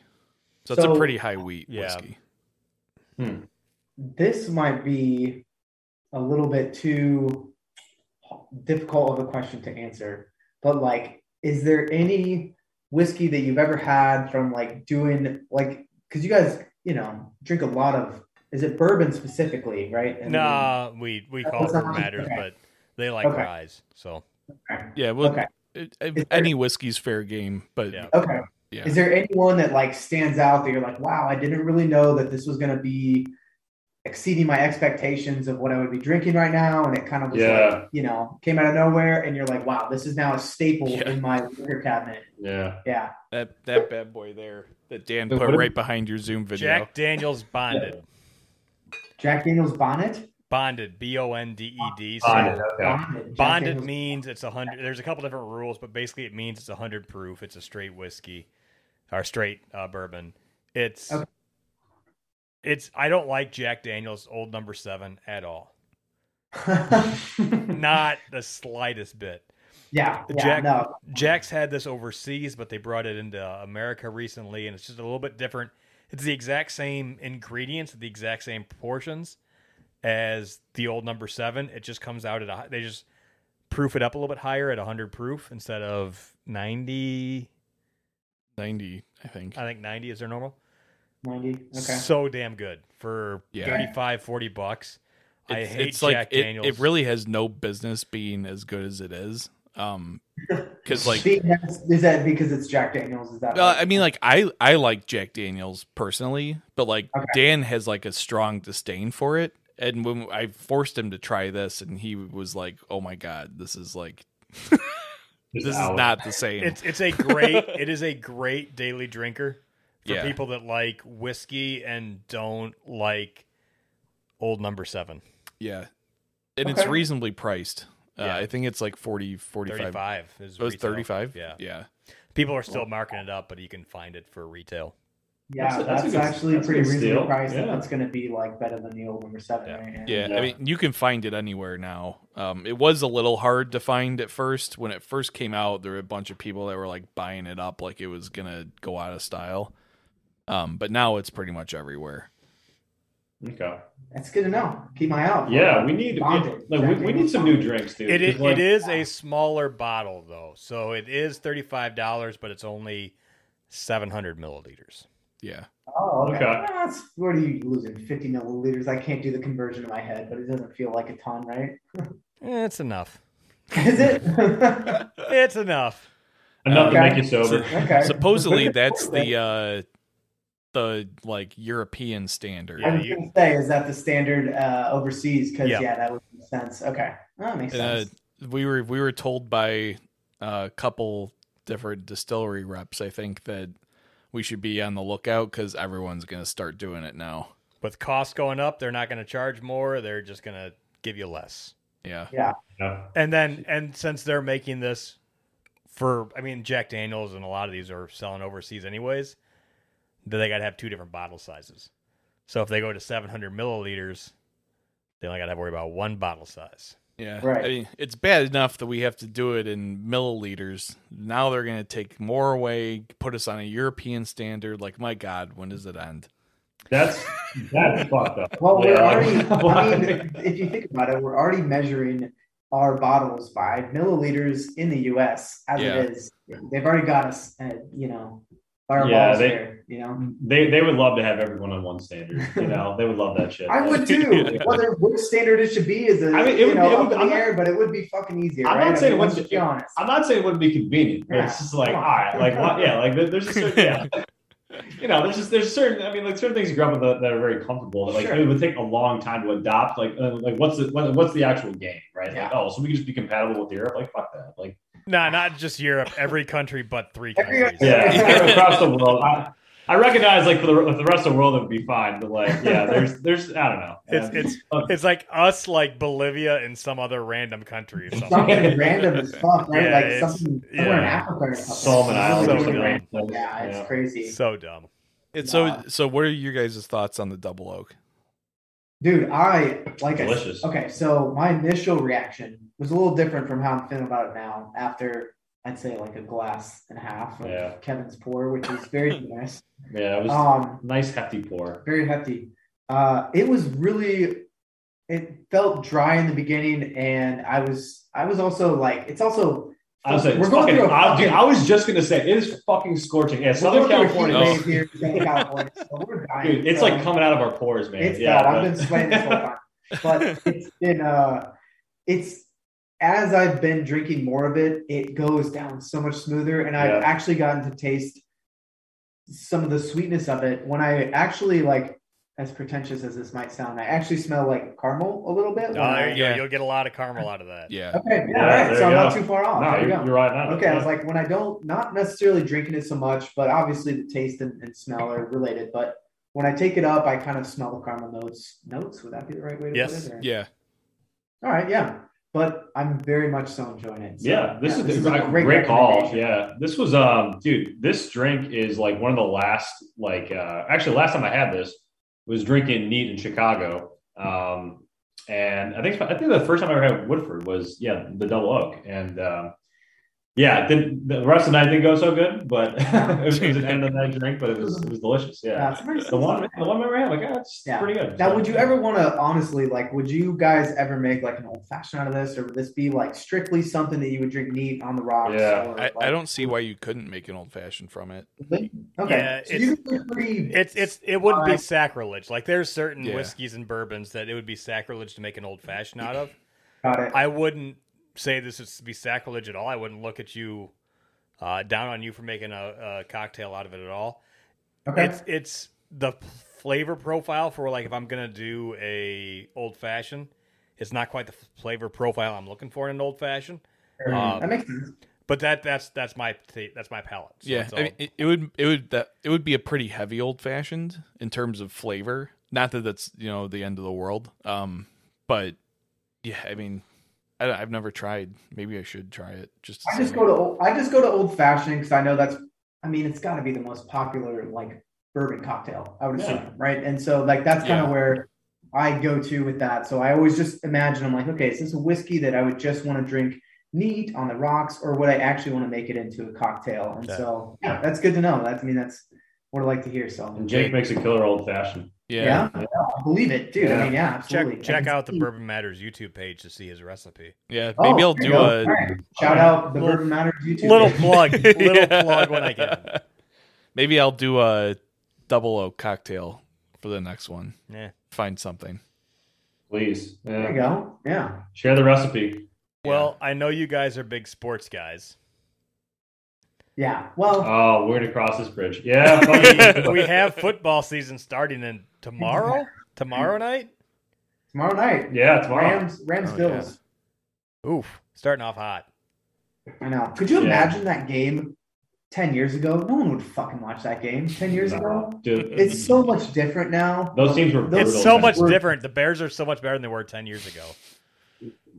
Speaker 1: So that's a
Speaker 2: So-
Speaker 1: pretty high wheat
Speaker 5: Yeah.
Speaker 1: whiskey.
Speaker 2: this might be a little bit too difficult of a question to answer, but like, is there any whiskey that you've ever had from like doing like because you guys you know drink a lot of is it bourbon specifically right? And-
Speaker 5: Nah, we we call it what matters,
Speaker 2: Okay.
Speaker 5: but they like
Speaker 2: Okay.
Speaker 5: ryes. So
Speaker 1: Yeah, well,
Speaker 2: Okay.
Speaker 1: it- it-
Speaker 2: there-
Speaker 1: any whiskey's fair game, but
Speaker 5: Yeah.
Speaker 2: Okay.
Speaker 1: Yeah.
Speaker 2: Is there anyone that like stands out that you're like, wow, I didn't really know that this was gonna be exceeding my expectations of what I would be drinking right now, and it kind of was
Speaker 3: Yeah.
Speaker 2: like, you know, came out of nowhere, and you're like, wow, this is now a staple
Speaker 1: Yeah.
Speaker 2: in my liquor cabinet.
Speaker 3: Yeah.
Speaker 2: Yeah,
Speaker 1: that that bad boy there that Dan
Speaker 3: But
Speaker 1: put
Speaker 3: what if-
Speaker 1: right behind your Zoom video.
Speaker 5: Jack Daniels bonded,
Speaker 2: Jack Daniel's bonnet.
Speaker 5: bonded, B O N D E D. So
Speaker 3: Bonded. Okay.
Speaker 2: Bonnet. Jack
Speaker 5: bonded
Speaker 2: Daniel's-
Speaker 5: means it's a hundred. There's a couple different rules, but basically it means it's a hundred proof. It's a straight whiskey, or straight uh, bourbon. It's
Speaker 2: Okay.
Speaker 5: it's. I don't like Jack Daniels Old Number Seven at all. Not the slightest bit.
Speaker 2: yeah, yeah,
Speaker 5: Jack-
Speaker 2: no,
Speaker 5: Jack's had this overseas, but they brought it into America recently, and it's just a little bit different. It's the exact same ingredients, the exact same proportions as the old number seven. It just comes out at a, hi- they just proof it up a little bit higher at 100 proof instead of 90.
Speaker 1: ninety, I think.
Speaker 2: Uh,
Speaker 5: I think 90 is their normal.
Speaker 2: ninety. Okay,
Speaker 5: So damn good for
Speaker 1: Yeah.
Speaker 5: 35, 40 bucks. I
Speaker 1: It's-
Speaker 5: hate
Speaker 1: it's like
Speaker 5: Jack
Speaker 1: it,
Speaker 5: Daniels.
Speaker 1: it really has no business being as good as it is. Um, because like
Speaker 2: See, that's- is that because it's Jack Daniel's? Is that?
Speaker 1: Well, I mean, like I I like Jack Daniels personally, but like
Speaker 2: Okay.
Speaker 1: Dan has like a strong disdain for it. And when I forced him to try this, and he was like, "Oh my god, this is like
Speaker 3: Just
Speaker 1: this is
Speaker 3: out.
Speaker 1: not the same."
Speaker 5: It's it's a great it is a great daily drinker for
Speaker 1: Yeah.
Speaker 5: people that like whiskey and don't like old number seven.
Speaker 1: yeah, and it's
Speaker 2: Okay.
Speaker 1: reasonably priced. Uh,
Speaker 5: Yeah.
Speaker 1: I think it's like 40, 45.
Speaker 5: Thirty five is
Speaker 1: It was
Speaker 5: retail.
Speaker 1: thirty five.
Speaker 5: Yeah.
Speaker 1: yeah.
Speaker 5: People are still marking it up, but you can find it for retail.
Speaker 2: yeah,
Speaker 3: That's a-
Speaker 2: that's,
Speaker 3: that's a good-
Speaker 2: actually
Speaker 3: that's a
Speaker 2: pretty
Speaker 3: good
Speaker 2: reasonable
Speaker 3: steal.
Speaker 2: price.
Speaker 3: Yeah.
Speaker 2: If it's gonna be like better than the old number seven,
Speaker 5: Yeah.
Speaker 2: right?
Speaker 1: Yeah,
Speaker 3: Yeah.
Speaker 1: I mean, you can find it anywhere now. Um, it was a little hard to find at first. When it first came out, there were a bunch of people that were like buying it up like it was going to go out of style. Um, but now it's pretty much everywhere.
Speaker 3: Okay.
Speaker 2: That's good to know. Keep my eye out. for
Speaker 3: Yeah,
Speaker 2: it.
Speaker 3: we need
Speaker 2: Bonded.
Speaker 3: like we, we need some new drinks, dude.
Speaker 5: It is,
Speaker 3: 'Cause, like,
Speaker 5: it is a smaller bottle though, so it is thirty five dollars, but it's only seven hundred milliliters.
Speaker 1: Yeah.
Speaker 2: Oh, okay.
Speaker 3: Okay.
Speaker 2: Well, That's what are you losing? Fifty milliliters. I can't do the conversion in my head, but it doesn't feel like a ton, right?
Speaker 5: Eh, It's enough.
Speaker 2: Is it?
Speaker 5: It's enough.
Speaker 3: enough to
Speaker 2: Okay.
Speaker 3: make you sober.
Speaker 2: okay.
Speaker 1: Supposedly that's the uh the like European standard.
Speaker 2: I
Speaker 5: Yeah,
Speaker 2: was
Speaker 5: you-
Speaker 2: gonna say, is that the standard uh, overseas? Because
Speaker 5: Yeah.
Speaker 2: yeah. that would make sense. Okay, that makes
Speaker 1: Uh,
Speaker 2: sense.
Speaker 1: we were we were told by a couple different distillery reps, I think, that we should be on the lookout because everyone's gonna start doing it now.
Speaker 5: With costs going up, they're not going to charge more. They're just going to give you less.
Speaker 1: Yeah.
Speaker 3: Yeah.
Speaker 5: And then, and since they're making this for, I mean, Jack Daniels and a lot of these are selling overseas anyways, then they got to have two different bottle sizes. So if they go to 700 milliliters, they only got to worry about one bottle size.
Speaker 1: Yeah.
Speaker 2: Right.
Speaker 1: I mean, it's bad enough that we have to do it in milliliters. Now they're gonna take more away, put us on a European standard. Like, my God, when does it end?
Speaker 3: That's that's fucked up.
Speaker 2: well, we're
Speaker 3: Yeah,
Speaker 2: already.
Speaker 3: like,
Speaker 2: I
Speaker 3: why?
Speaker 2: mean, if you think about it, we're already measuring our bottles by milliliters in the U.S. As
Speaker 1: Yeah.
Speaker 2: it is, they've already got us. At, you know, by our
Speaker 3: Yeah,
Speaker 2: balls
Speaker 3: they-
Speaker 2: there. You know,
Speaker 3: They they would love to have everyone on one standard. You know, they would love that shit.
Speaker 2: I would too. Whether which standard it should be is a,
Speaker 3: I mean, it
Speaker 2: you
Speaker 3: would-
Speaker 2: know,
Speaker 3: it would-
Speaker 2: up in
Speaker 3: I'm
Speaker 2: the
Speaker 3: not-
Speaker 2: air, but it would be fucking easier.
Speaker 3: I'm not
Speaker 2: right? I
Speaker 3: saying
Speaker 2: mean,
Speaker 3: it
Speaker 2: let's
Speaker 3: wouldn't-
Speaker 2: be honest.
Speaker 3: I'm not saying it wouldn't be convenient, but
Speaker 2: Yeah.
Speaker 3: it's just like,
Speaker 2: Come
Speaker 3: all
Speaker 2: on.
Speaker 3: right, like, what, yeah, like there- there's a certain, yeah, you know, there's just there's certain, I mean, like certain things you grow up with that, that are very comfortable that like
Speaker 2: Sure.
Speaker 3: it would take a long time to adopt. Like, uh, like what's the what, what's the actual game, right?
Speaker 2: Yeah.
Speaker 3: Like, oh, so we can just be compatible with Europe? Like, fuck that. Like,
Speaker 5: Nah, not just Europe, every country but three
Speaker 2: Every-
Speaker 5: countries.
Speaker 3: yeah, across the world. I, I recognize, like, for the, for the rest of the world, it would be fine, but like, yeah, there's there's I don't know.
Speaker 5: It's,
Speaker 3: Yeah.
Speaker 5: it's, it's like us, like Bolivia and some other random country or something.
Speaker 2: Something random as fuck, right?
Speaker 5: Yeah,
Speaker 2: like
Speaker 5: it's-
Speaker 2: something somewhere in
Speaker 5: yeah.
Speaker 2: Africa or something.
Speaker 3: Solomon Islands.
Speaker 5: So
Speaker 3: or something
Speaker 5: dumb.
Speaker 3: random.
Speaker 2: Yeah, it's crazy.
Speaker 5: So dumb.
Speaker 1: It's
Speaker 2: Nah.
Speaker 1: so so what are your guys' thoughts on the double oak?
Speaker 2: Dude, I like I-
Speaker 3: Delicious.
Speaker 2: okay, so my initial reaction was a little different from how I'm feeling about it now after I'd say like a glass and a half of
Speaker 3: Yeah.
Speaker 2: Kevin's pour, which is very nice.
Speaker 3: yeah, it was
Speaker 2: Um,
Speaker 3: nice hefty pour.
Speaker 2: very hefty. Uh, it was really, it felt dry in the beginning, and I was, I was also like, it's also,
Speaker 3: I was like,
Speaker 2: we're
Speaker 3: it's
Speaker 2: going
Speaker 3: fucking,
Speaker 2: through a
Speaker 3: I, dude,
Speaker 2: fucking-
Speaker 3: I was just gonna say it is fucking scorching. Yeah,
Speaker 2: we're
Speaker 3: Southern
Speaker 2: going through a heat wave here
Speaker 1: California.
Speaker 3: California, Oh.
Speaker 2: in Southern California, so we're dying.
Speaker 3: dude, it's
Speaker 2: so-
Speaker 3: like coming out of our pores, man.
Speaker 2: It's
Speaker 3: yeah,
Speaker 2: bad. I've
Speaker 3: but-
Speaker 2: been sweating this whole time. But it's been uh it's as I've been drinking more of it, it goes down so much smoother. And I've
Speaker 3: Yeah.
Speaker 2: actually gotten to taste some of the sweetness of it when I actually like as pretentious as this might sound, I actually smell like caramel a little bit. when
Speaker 5: No, there
Speaker 2: I-
Speaker 5: you go.
Speaker 1: Yeah.
Speaker 5: You'll get a lot of caramel out of that.
Speaker 1: Yeah.
Speaker 2: Okay, yeah,
Speaker 3: Ah, Yeah,
Speaker 2: all right.
Speaker 3: there
Speaker 2: So I'm
Speaker 3: you
Speaker 2: not
Speaker 3: go.
Speaker 2: too far off.
Speaker 3: no,
Speaker 2: There you
Speaker 3: you're,
Speaker 2: go.
Speaker 3: you're right. No,
Speaker 2: Okay, I was
Speaker 5: Uh,
Speaker 3: yeah.
Speaker 2: like, when I don't, not necessarily drinking it so much, but obviously the taste and, and smell are related. But when I take it up, I kind of smell the caramel notes. Notes, would that be the right way to
Speaker 5: Yes,
Speaker 2: put it? or-
Speaker 1: Yeah.
Speaker 2: All right, yeah. But I'm very much so enjoying it. So,
Speaker 3: yeah, this is, a great, call.
Speaker 2: recommendation.
Speaker 3: Yeah, this was um, dude, this drink is like one of the last like uh, actually last time I had this was drinking neat in Chicago. Um, and I think I think the first time I ever had Woodford was yeah the double oak and um, yeah it didn't, the rest of the night didn't go so good but it was, it was an end of the night drink but it was it was delicious yeah,
Speaker 2: Yeah, it's nice.
Speaker 3: the one the one I ever had like yeah it's
Speaker 2: Yeah.
Speaker 3: pretty good
Speaker 2: Now, would you ever want to, honestly, like, would you guys ever make like an old fashioned out of this, or would this be like strictly something that you would drink neat on the rocks?
Speaker 3: Yeah.
Speaker 2: or,
Speaker 1: I,
Speaker 2: like-
Speaker 1: I don't see why you couldn't make an old fashioned from it.
Speaker 2: Okay,
Speaker 5: Yeah,
Speaker 2: so you can be pretty.
Speaker 5: It's it's it would be
Speaker 2: Uh,
Speaker 5: sacrilege. Like there's certain
Speaker 1: Yeah.
Speaker 5: whiskeys and bourbons that it would be sacrilege to make an old fashioned out of.
Speaker 2: got it.
Speaker 5: I wouldn't say this is to be sacrilege at all. I wouldn't look at you uh, down on you for making a, a cocktail out of it at all.
Speaker 2: okay,
Speaker 5: It's it's the flavor profile for like if I'm gonna do a old fashioned, it's not quite the flavor profile I'm looking for in an old fashioned.
Speaker 2: fair.
Speaker 5: um,
Speaker 2: that makes sense.
Speaker 5: But that that's that's my ta- that's my palate. So
Speaker 1: yeah.
Speaker 5: it's
Speaker 1: I mean, it, it would it would that it would be a pretty heavy old fashioned in terms of flavor. Not that that's you know the end of the world. Um, but yeah, I mean, I, don't- I've never tried. Maybe I should try it. Just
Speaker 2: I just
Speaker 1: see.
Speaker 2: go to old, I just go to old fashioned because I know that's I mean it's got to be the most popular like bourbon cocktail I would assume
Speaker 3: Yeah.
Speaker 2: right and so like that's kind of
Speaker 1: Yeah.
Speaker 2: where I go to with that so I always just imagine I'm like okay is this a whiskey that I would just want to drink neat on the rocks or would I actually want to make it into a cocktail and
Speaker 5: Okay.
Speaker 2: so yeah that's good to know that's I mean that's what I like to hear so
Speaker 3: and Jake makes a killer old fashioned
Speaker 1: Yeah.
Speaker 2: Yeah, I believe it, dude. I mean, yeah,
Speaker 5: Check
Speaker 2: absolutely. I
Speaker 5: check
Speaker 2: can
Speaker 5: out the
Speaker 2: see-
Speaker 5: Bourbon Matters YouTube page to see his recipe.
Speaker 1: Yeah,
Speaker 2: Oh,
Speaker 1: maybe I'll
Speaker 2: there you
Speaker 1: do
Speaker 2: go.
Speaker 1: a
Speaker 2: All right. shout out the
Speaker 5: little-
Speaker 2: Bourbon Matters YouTube.
Speaker 5: Little
Speaker 2: page.
Speaker 5: plug, little
Speaker 1: Yeah.
Speaker 5: plug when I can.
Speaker 1: Maybe I'll do a double O cocktail for the next one.
Speaker 5: Yeah.
Speaker 1: Find something.
Speaker 3: Please.
Speaker 2: There you
Speaker 3: Yeah.
Speaker 2: go. Yeah.
Speaker 3: Share the recipe.
Speaker 5: Well, I know you guys are big sports guys.
Speaker 2: Yeah. Well,
Speaker 3: Oh, we're gonna cross this bridge. Yeah,
Speaker 5: we
Speaker 3: fucking-
Speaker 5: have football season starting in tomorrow. Tomorrow night.
Speaker 2: tomorrow night,
Speaker 3: yeah, tomorrow.
Speaker 2: Rams, Rams,
Speaker 1: Oh,
Speaker 2: Bills.
Speaker 5: Oof, starting off hot.
Speaker 2: I know. Could you
Speaker 3: Yeah.
Speaker 2: imagine that game ten years ago? No one would fucking watch that game ten years ago.
Speaker 3: Dude,
Speaker 2: It's so much different now.
Speaker 3: those teams were brutal.
Speaker 2: Those-
Speaker 5: It's so
Speaker 3: man.
Speaker 5: much
Speaker 2: We're-
Speaker 5: different. The Bears are so much better than they were ten years ago.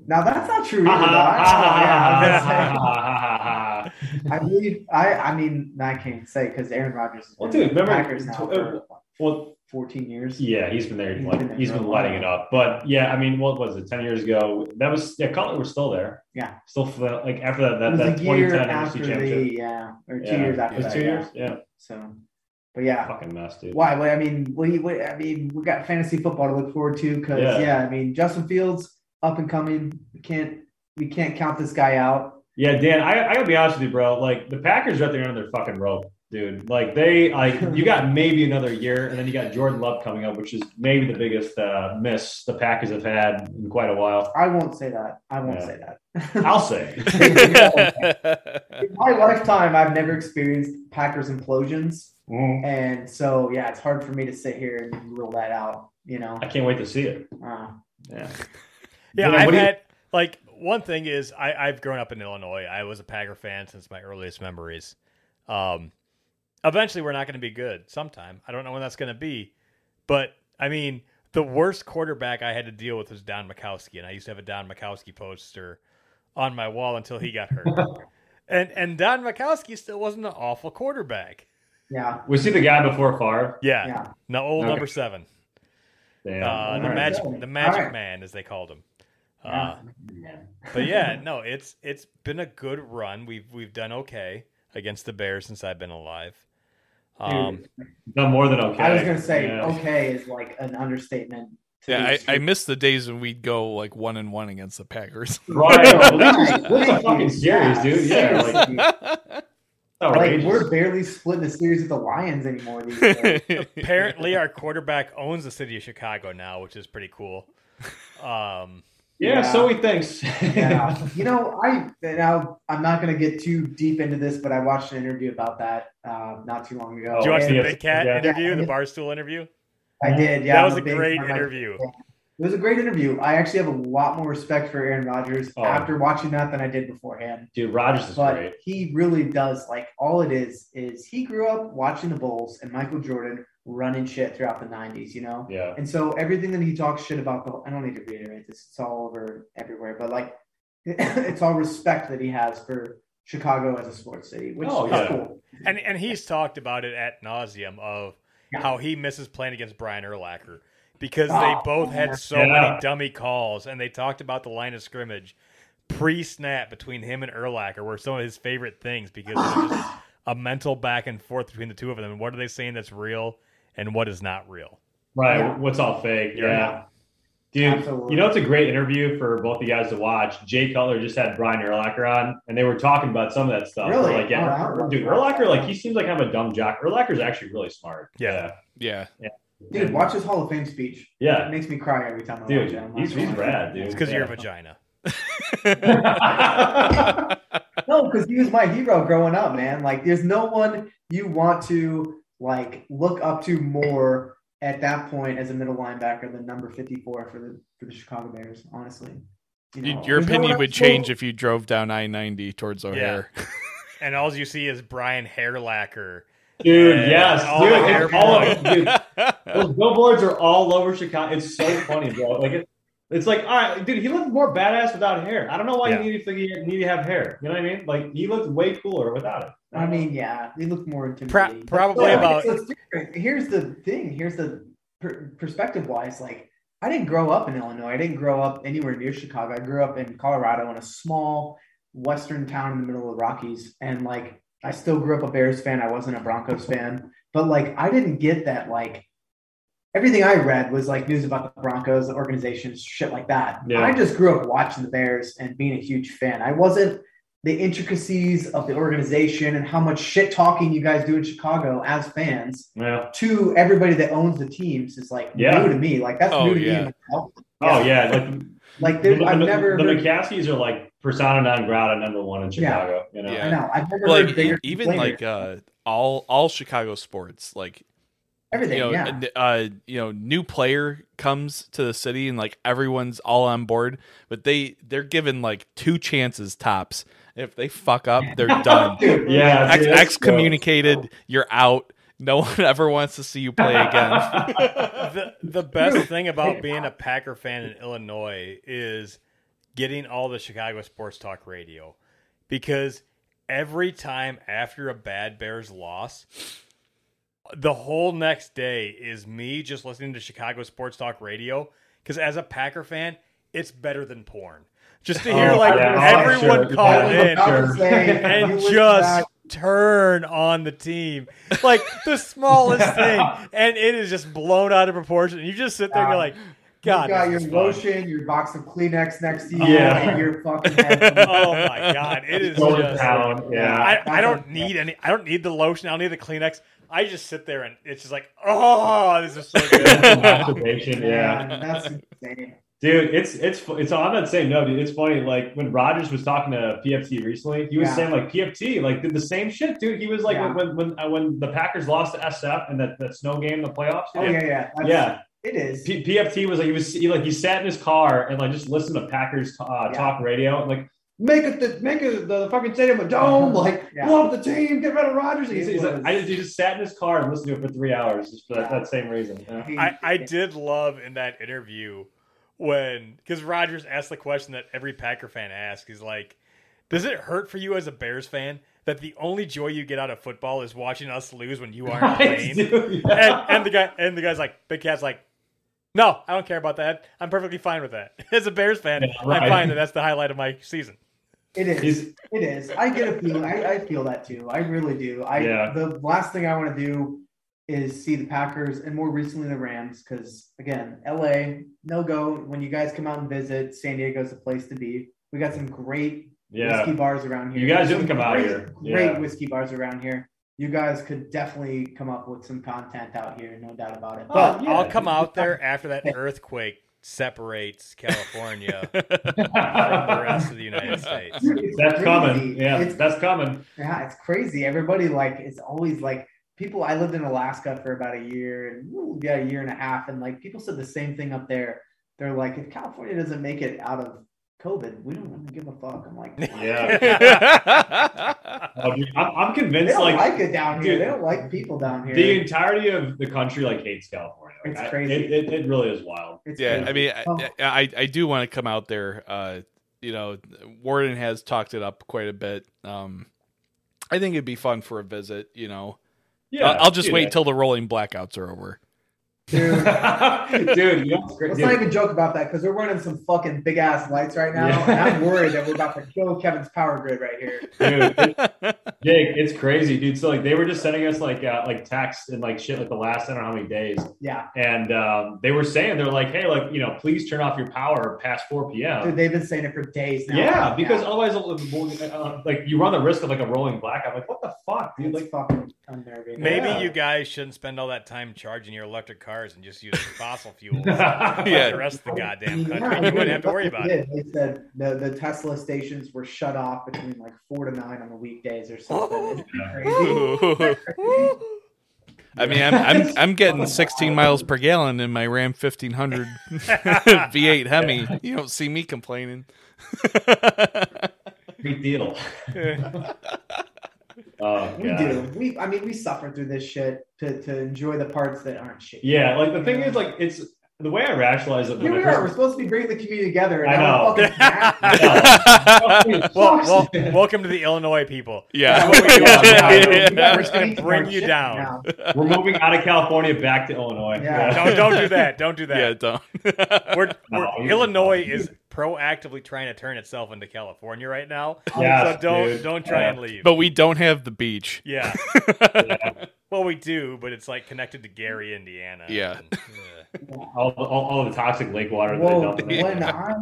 Speaker 2: Now that's not true. Either,
Speaker 3: Ha, ha,
Speaker 2: though.
Speaker 3: ha,
Speaker 2: I, yeah,
Speaker 3: ha,
Speaker 2: I was
Speaker 3: ha,
Speaker 2: gonna
Speaker 3: ha, ha, ha, ha.
Speaker 2: say, I believe. I. I mean, I can't say because Aaron Rodgers. has
Speaker 3: Well,
Speaker 2: been
Speaker 3: dude,
Speaker 2: with the
Speaker 3: remember-
Speaker 2: Packers now
Speaker 3: tw-
Speaker 2: for
Speaker 3: Well,
Speaker 2: fourteen years.
Speaker 3: yeah, he's been there.
Speaker 2: He's been
Speaker 3: Like,
Speaker 2: there
Speaker 3: he's
Speaker 2: for a
Speaker 3: been
Speaker 2: while.
Speaker 3: lighting it up. But yeah, I mean, what was it? Ten years ago, that was yeah. Cutler was still there.
Speaker 2: Yeah.
Speaker 3: Still fl- like after that that,
Speaker 2: it
Speaker 3: that
Speaker 2: was a year
Speaker 3: 2010 NFC
Speaker 2: after
Speaker 3: championship.
Speaker 2: the yeah, or two
Speaker 3: Yeah.
Speaker 2: years after
Speaker 3: It was
Speaker 2: that.
Speaker 3: two
Speaker 2: yeah.
Speaker 3: years. Yeah.
Speaker 2: So, but yeah,
Speaker 3: Fucking mess, dude.
Speaker 2: Why? Well, I mean, we, we, I mean, we got fantasy football to look forward to because
Speaker 3: Yeah.
Speaker 2: yeah. I mean, Justin Fields up and coming. We can't we can't count this guy out.
Speaker 3: Yeah, Dan, I, I gotta be honest with you, bro. Like the Packers are at the end of their fucking rope, dude. Like they like you got maybe another year, and then you got Jordan Love coming up, which is maybe the biggest uh, miss the Packers have had in quite a while.
Speaker 2: I won't say that. I won't
Speaker 3: Yeah.
Speaker 2: say that.
Speaker 3: I'll say.
Speaker 2: In my lifetime, I've never experienced Packers implosions,
Speaker 3: Mhm.
Speaker 2: and so yeah, it's hard for me to sit here and rule that out. You know,
Speaker 3: I can't wait to see it.
Speaker 2: uh,
Speaker 3: Yeah.
Speaker 5: Yeah,
Speaker 3: Dylan, what
Speaker 5: I've
Speaker 3: do you-
Speaker 5: had like one thing is I, I've grown up in Illinois. I was a Packer fan since my earliest memories. Um, eventually, we're not going to be good. Sometime I don't know when that's going to be, but I mean, the worst quarterback I had to deal with was Don Mikowski, and I used to have a Don Mikowski poster on my wall until he got hurt. and and Don Mikowski still wasn't an awful quarterback.
Speaker 2: yeah,
Speaker 3: We see the guy before Favre.
Speaker 5: Yeah,
Speaker 2: yeah.
Speaker 5: no old
Speaker 3: Okay.
Speaker 5: number seven,
Speaker 3: Damn.
Speaker 5: uh, the
Speaker 2: Alright.
Speaker 5: magic, the magic
Speaker 2: Alright.
Speaker 5: man, as they called him. Uh,
Speaker 2: Yeah.
Speaker 5: but yeah, no, it's it's been a good run. We've we've done okay against the Bears since I've been alive. Um,
Speaker 2: Dude,
Speaker 3: Not more than okay.
Speaker 2: I was gonna say
Speaker 3: Yeah.
Speaker 2: okay is like an understatement. to
Speaker 1: yeah,
Speaker 2: these
Speaker 1: I, I miss the days when we'd go like one and one against the Packers.
Speaker 3: Right. Well, this is-
Speaker 2: Right.
Speaker 3: this is a fucking series, dude. Yeah.
Speaker 2: seriously.
Speaker 3: Like,
Speaker 2: Like
Speaker 3: outrageous.
Speaker 2: we're barely splitting the series with the Lions anymore these days.
Speaker 5: apparently, our quarterback owns the city of Chicago now, which is pretty cool. Um,
Speaker 3: yeah, so he thinks.
Speaker 2: yeah. You know, I now I'm not going to get too deep into this, but I watched an interview about that uh, not too long ago.
Speaker 5: did you watch
Speaker 2: And
Speaker 5: the
Speaker 3: yeah.
Speaker 5: Big Cat
Speaker 3: Yeah.
Speaker 5: interview, the
Speaker 2: Yeah.
Speaker 5: Barstool interview?
Speaker 2: I did. Yeah,
Speaker 5: that
Speaker 2: I'm
Speaker 5: was a
Speaker 2: big
Speaker 5: great
Speaker 2: fan. I-
Speaker 5: interview.
Speaker 2: It was a great interview. I actually have a lot more respect for Aaron Rodgers
Speaker 3: Oh.
Speaker 2: after watching that than I did beforehand.
Speaker 3: Dude, Rogers is
Speaker 2: but
Speaker 3: great.
Speaker 2: he really does like all it is is he grew up watching the Bulls and Michael Jordan running shit throughout the 90s, you know?
Speaker 3: Yeah.
Speaker 2: And so everything that he talks shit about, the, I don't need to reiterate this. It's all over everywhere, but like, it's all respect that he has for Chicago as a sports city, which
Speaker 3: Oh,
Speaker 2: is
Speaker 3: yeah.
Speaker 2: cool.
Speaker 5: And and he's talked about it at nauseum of
Speaker 2: Yeah.
Speaker 5: how he misses playing against Brian Urlacher because they
Speaker 2: Oh,
Speaker 5: both had so
Speaker 3: yeah.
Speaker 5: many dummy calls, and they talked about the line of scrimmage pre-snap between him and Urlacher were some of his favorite things because it was just a mental back and forth between the two of them. And what are they saying that's real and what is not real?
Speaker 3: Right.
Speaker 2: Yeah.
Speaker 3: What's all fake? Yeah.
Speaker 2: Yeah.
Speaker 3: Dude,
Speaker 2: Absolutely.
Speaker 3: you know it's a great interview for both you guys to watch. Jay Cutler just had Brian Urlacher on, and they were talking about some of that stuff.
Speaker 2: Really?
Speaker 3: They're Like,
Speaker 2: Oh, I
Speaker 3: yeah,
Speaker 2: don't know.
Speaker 3: dude, Urlacher, like he seems like I'm a dumb jock. Urlacher's actually really smart.
Speaker 5: Yeah.
Speaker 1: yeah,
Speaker 2: Dude, watch his Hall of Fame speech. It
Speaker 3: Yeah,
Speaker 2: makes me cry every time I
Speaker 3: dude,
Speaker 2: watch it. I'm not
Speaker 3: he's, he's
Speaker 2: gonna lie.
Speaker 3: rad, dude.
Speaker 5: It's because
Speaker 3: yeah.
Speaker 5: you're a vagina.
Speaker 2: No, because he was my hero growing up, man. Like, there's no one you want to like look up to more at that point as a middle linebacker than number 54 for the for the Chicago Bears. Honestly, You
Speaker 1: Dude,
Speaker 2: know,
Speaker 1: your
Speaker 2: there's no
Speaker 1: opinion
Speaker 2: one
Speaker 1: would
Speaker 2: else-
Speaker 1: change if you drove down I ninety towards O'Hare.
Speaker 5: And all you see is Brian Hairlacker.
Speaker 3: dude,
Speaker 5: Yeah.
Speaker 3: yes,
Speaker 5: All
Speaker 3: dude.
Speaker 5: the
Speaker 3: it's
Speaker 5: hair
Speaker 3: all of- dude, Those billboards are all over Chicago. It's so funny, bro. Like it, it's like, all right, dude, he looked more badass without hair. I don't know why
Speaker 5: Yeah.
Speaker 3: you need to think you need to have hair. You know what I mean? Like he looked way cooler without it.
Speaker 2: I mean, yeah, they look more
Speaker 5: Pro-
Speaker 2: intimidating.
Speaker 5: probably
Speaker 2: But,
Speaker 5: about-
Speaker 2: so it's different. here's the thing. Here's the per- perspective wise. Like, I didn't grow up in Illinois. I didn't grow up anywhere near Chicago. I grew up in Colorado in a small western town in the middle of the Rockies, and like, I still grew up a Bears fan. I wasn't a Broncos fan, but like, I didn't get that like everything I read was like news about the Broncos, the organizations, shit like that.
Speaker 3: Yeah.
Speaker 2: I just grew up watching the Bears and being a huge fan. I wasn't the intricacies of the organization and how much shit talking you guys do in Chicago as fans
Speaker 3: Yeah.
Speaker 2: to everybody that owns the teams is like
Speaker 3: Yeah.
Speaker 2: new to me. Like that's
Speaker 1: Oh,
Speaker 2: new to
Speaker 1: yeah.
Speaker 2: me. myself.
Speaker 3: Oh yeah, like
Speaker 2: Like
Speaker 3: the,
Speaker 2: there,
Speaker 3: the,
Speaker 2: I've never.
Speaker 3: the
Speaker 2: heard-
Speaker 3: McCaskies are like persona non grata number one in
Speaker 2: Yeah.
Speaker 3: Chicago. You know,
Speaker 1: Yeah.
Speaker 2: I know. I've never
Speaker 1: like
Speaker 2: heard bigger
Speaker 1: e-, even
Speaker 2: complainers.
Speaker 1: like uh all all Chicago sports like
Speaker 2: everything.
Speaker 1: you know
Speaker 2: yeah.
Speaker 1: n- uh you know new player comes to the city and like everyone's all on board but they they're given like two chances tops if they fuck up they're done
Speaker 2: Dude,
Speaker 3: Yeah,
Speaker 1: Ex-
Speaker 3: dude, that's-
Speaker 1: excommunicated you're out no one ever wants to see you play again
Speaker 5: the the best thing about being a Packer fan in Illinois is getting all the Chicago sports talk radio because every time after a bad Bears loss, the whole next day is me just listening to Chicago sports talk radio because as a Packer fan, it's better than porn. Just to hear
Speaker 2: Oh,
Speaker 5: like
Speaker 2: yeah, oh,
Speaker 5: everyone
Speaker 3: sure.
Speaker 5: call
Speaker 2: I was
Speaker 3: Yeah,
Speaker 5: in
Speaker 2: about to
Speaker 3: sure.
Speaker 2: say, you
Speaker 5: and
Speaker 2: would
Speaker 5: just
Speaker 2: not-
Speaker 5: turn on the team. Like the smallest thing. And it is just blown out of proportion. And you just sit there and you're like, God,
Speaker 2: you got
Speaker 5: this
Speaker 2: your
Speaker 5: is fun."
Speaker 2: lotion, your box of Kleenex next to you,
Speaker 3: Yeah.
Speaker 2: and your fucking headphones.
Speaker 5: Oh my God. It is
Speaker 3: Go to
Speaker 5: just,
Speaker 3: town. Yeah.
Speaker 5: I, I don't need any, I don't need the lotion. I don't need the Kleenex. I just sit there and it's just like, oh, this is so good.
Speaker 3: Masturbation, yeah,
Speaker 2: Man, that's insane.
Speaker 3: dude, it's it's fu- it's on that same note, dude. It's funny, like when Rogers was talking to PFT recently, he was
Speaker 2: Yeah.
Speaker 3: saying like PFT like did the same shit, dude. He was like
Speaker 2: Yeah.
Speaker 3: when when uh, when the Packers lost to SF and that, that snow game, the playoffs,
Speaker 2: Oh yeah, yeah, that's,
Speaker 3: yeah.
Speaker 2: it is.
Speaker 3: P- PFT was like he was he, like he sat in his car and like just listened to Packers uh,
Speaker 2: Yeah.
Speaker 3: talk radio and like make it the make it the fucking stadium a dome like
Speaker 2: Yeah.
Speaker 3: blow up the team get rid of Rodgers. He's,
Speaker 2: It
Speaker 3: he's
Speaker 2: was-
Speaker 3: like I just, he just sat in his car and listened to it for three hours just for that,
Speaker 2: Yeah.
Speaker 3: that same reason. you know?
Speaker 5: I, I did love in that interview when because Rogers asked the question that every Packer fan asks. He's like, "Does it hurt for you as a Bears fan that the only joy you get out of football is watching us lose when you aren't
Speaker 3: Right,
Speaker 5: playing?"
Speaker 3: dude,
Speaker 5: and,
Speaker 3: yeah.
Speaker 5: and the guy and the guy's like, "Big Cat's like, no, I don't care about that. I'm perfectly fine with that. As a Bears fan,
Speaker 3: Yeah, right.
Speaker 5: I'm fine that that's the highlight of my season."
Speaker 2: It is.
Speaker 3: He's-
Speaker 2: It is. I get a feeling. I, I feel that too. I really do. I
Speaker 3: Yeah.
Speaker 2: the last thing I want to do is see the Packers and more recently the Rams because again, LA no go. When you guys come out and visit, San Diego's the place to be. We got some great
Speaker 3: yeah.
Speaker 2: whiskey bars around here.
Speaker 3: You guys
Speaker 2: Some
Speaker 3: didn't come out
Speaker 2: great-
Speaker 3: here.
Speaker 2: Great
Speaker 3: Yeah.
Speaker 2: whiskey bars around here. You guys could definitely come up with some content out here, no doubt about it.
Speaker 3: Oh,
Speaker 2: But
Speaker 3: yeah.
Speaker 5: I'll come out there after that earthquake separates California from the rest of the United States.
Speaker 2: dude, it's
Speaker 3: That's
Speaker 2: crazy.
Speaker 3: coming. Yeah,
Speaker 2: it's,
Speaker 3: that's coming.
Speaker 2: yeah, it's crazy. Everybody like it's always like people. I lived in Alaska for about a year and ooh, yeah, a year and a half, and like people said the same thing up there. They're like, if California doesn't make it out of COVID, we don't really give a fuck. I'm like,
Speaker 3: Yeah. Oh, dude, I'm, I'm
Speaker 2: they
Speaker 3: convinced
Speaker 2: don't like,
Speaker 3: like
Speaker 2: it down here.
Speaker 3: dude,
Speaker 2: they don't like people down here.
Speaker 3: the entirety of the country like hates California. Like,
Speaker 2: It's
Speaker 3: I-
Speaker 2: crazy.
Speaker 3: it, it, it really is wild.
Speaker 2: It's
Speaker 1: yeah
Speaker 2: crazy.
Speaker 1: i mean I-
Speaker 2: Oh.
Speaker 1: I, I i do want to come out there uh you know warden has talked it up quite a bit um i think it'd be fun for a visit you know
Speaker 3: Yeah,
Speaker 1: I'll, I'll just
Speaker 3: do
Speaker 1: wait
Speaker 3: that.
Speaker 1: till the rolling blackouts are over
Speaker 2: dude.
Speaker 3: dude, you know, it's great.
Speaker 2: Let's
Speaker 3: dude.
Speaker 2: not even joke about that because we're running some fucking big ass lights right now, and I'm worried that we're about to kill Kevin's power grid right here.
Speaker 3: dude, it, Jake, it's crazy, dude. So like, they were just sending us like uh, like texts and like shit like the last I don't know how many days,
Speaker 2: Yeah,
Speaker 3: and um, they were saying they're like, hey, like you know, please turn off your power past four p.m.
Speaker 2: dude, they've been saying it for days now.
Speaker 3: yeah, because otherwise, uh, like you run the risk of like a rolling blackout. Like, what the fuck, dude?
Speaker 2: it's
Speaker 3: Like,
Speaker 2: fucking unnerving.
Speaker 5: Maybe
Speaker 3: Yeah.
Speaker 5: you guys shouldn't spend all that time charging your electric cars and just use fossil fuels.
Speaker 3: Yeah.
Speaker 5: yeah. The rest of the goddamn
Speaker 2: Yeah,
Speaker 5: country, you wouldn't have to worry about it.
Speaker 2: They said the, the Tesla stations were shut off between like four to nine on the weekdays or something. It's
Speaker 3: Yeah.
Speaker 5: Oh,
Speaker 2: crazy.
Speaker 1: I mean, I'm I'm I'm getting 16 miles per gallon in my Ram 1500 V8 Hemi. You don't see me complaining.
Speaker 3: big deal. Oh,
Speaker 2: We
Speaker 3: God.
Speaker 2: do. We, I mean, we suffer through this shit to, to enjoy the parts that aren't shit.
Speaker 3: Yeah, like the thing is, like it's the way I rationalize it.
Speaker 2: Here we are. We're supposed to be bringing the community together. And
Speaker 3: I
Speaker 2: now we're
Speaker 5: know.
Speaker 2: fucking back.
Speaker 5: Well,
Speaker 2: Fuck.
Speaker 5: well, welcome to the Illinois people.
Speaker 1: yeah.
Speaker 5: That's what we do on the
Speaker 2: Yeah.
Speaker 5: island.
Speaker 1: Yeah.
Speaker 5: We're just gonna bring you down.
Speaker 2: Now.
Speaker 3: We're moving out of California back to Illinois.
Speaker 2: Yeah.
Speaker 5: Don't, don't do that. Don't do
Speaker 1: Yeah,
Speaker 5: that.
Speaker 1: don't.
Speaker 5: We're, we're,
Speaker 3: No, you-
Speaker 5: Illinois is proactively trying to turn itself into California right now.
Speaker 3: Yes,
Speaker 5: so don't
Speaker 3: dude.
Speaker 5: don't try
Speaker 3: Yeah.
Speaker 5: and leave.
Speaker 1: but we don't have the beach.
Speaker 5: yeah. Well, we do, but it's like connected to Gary, Indiana.
Speaker 1: Yeah.
Speaker 5: and, uh,
Speaker 3: All, all, all the toxic lake water that
Speaker 2: Well,
Speaker 3: they dump. in there.
Speaker 2: when I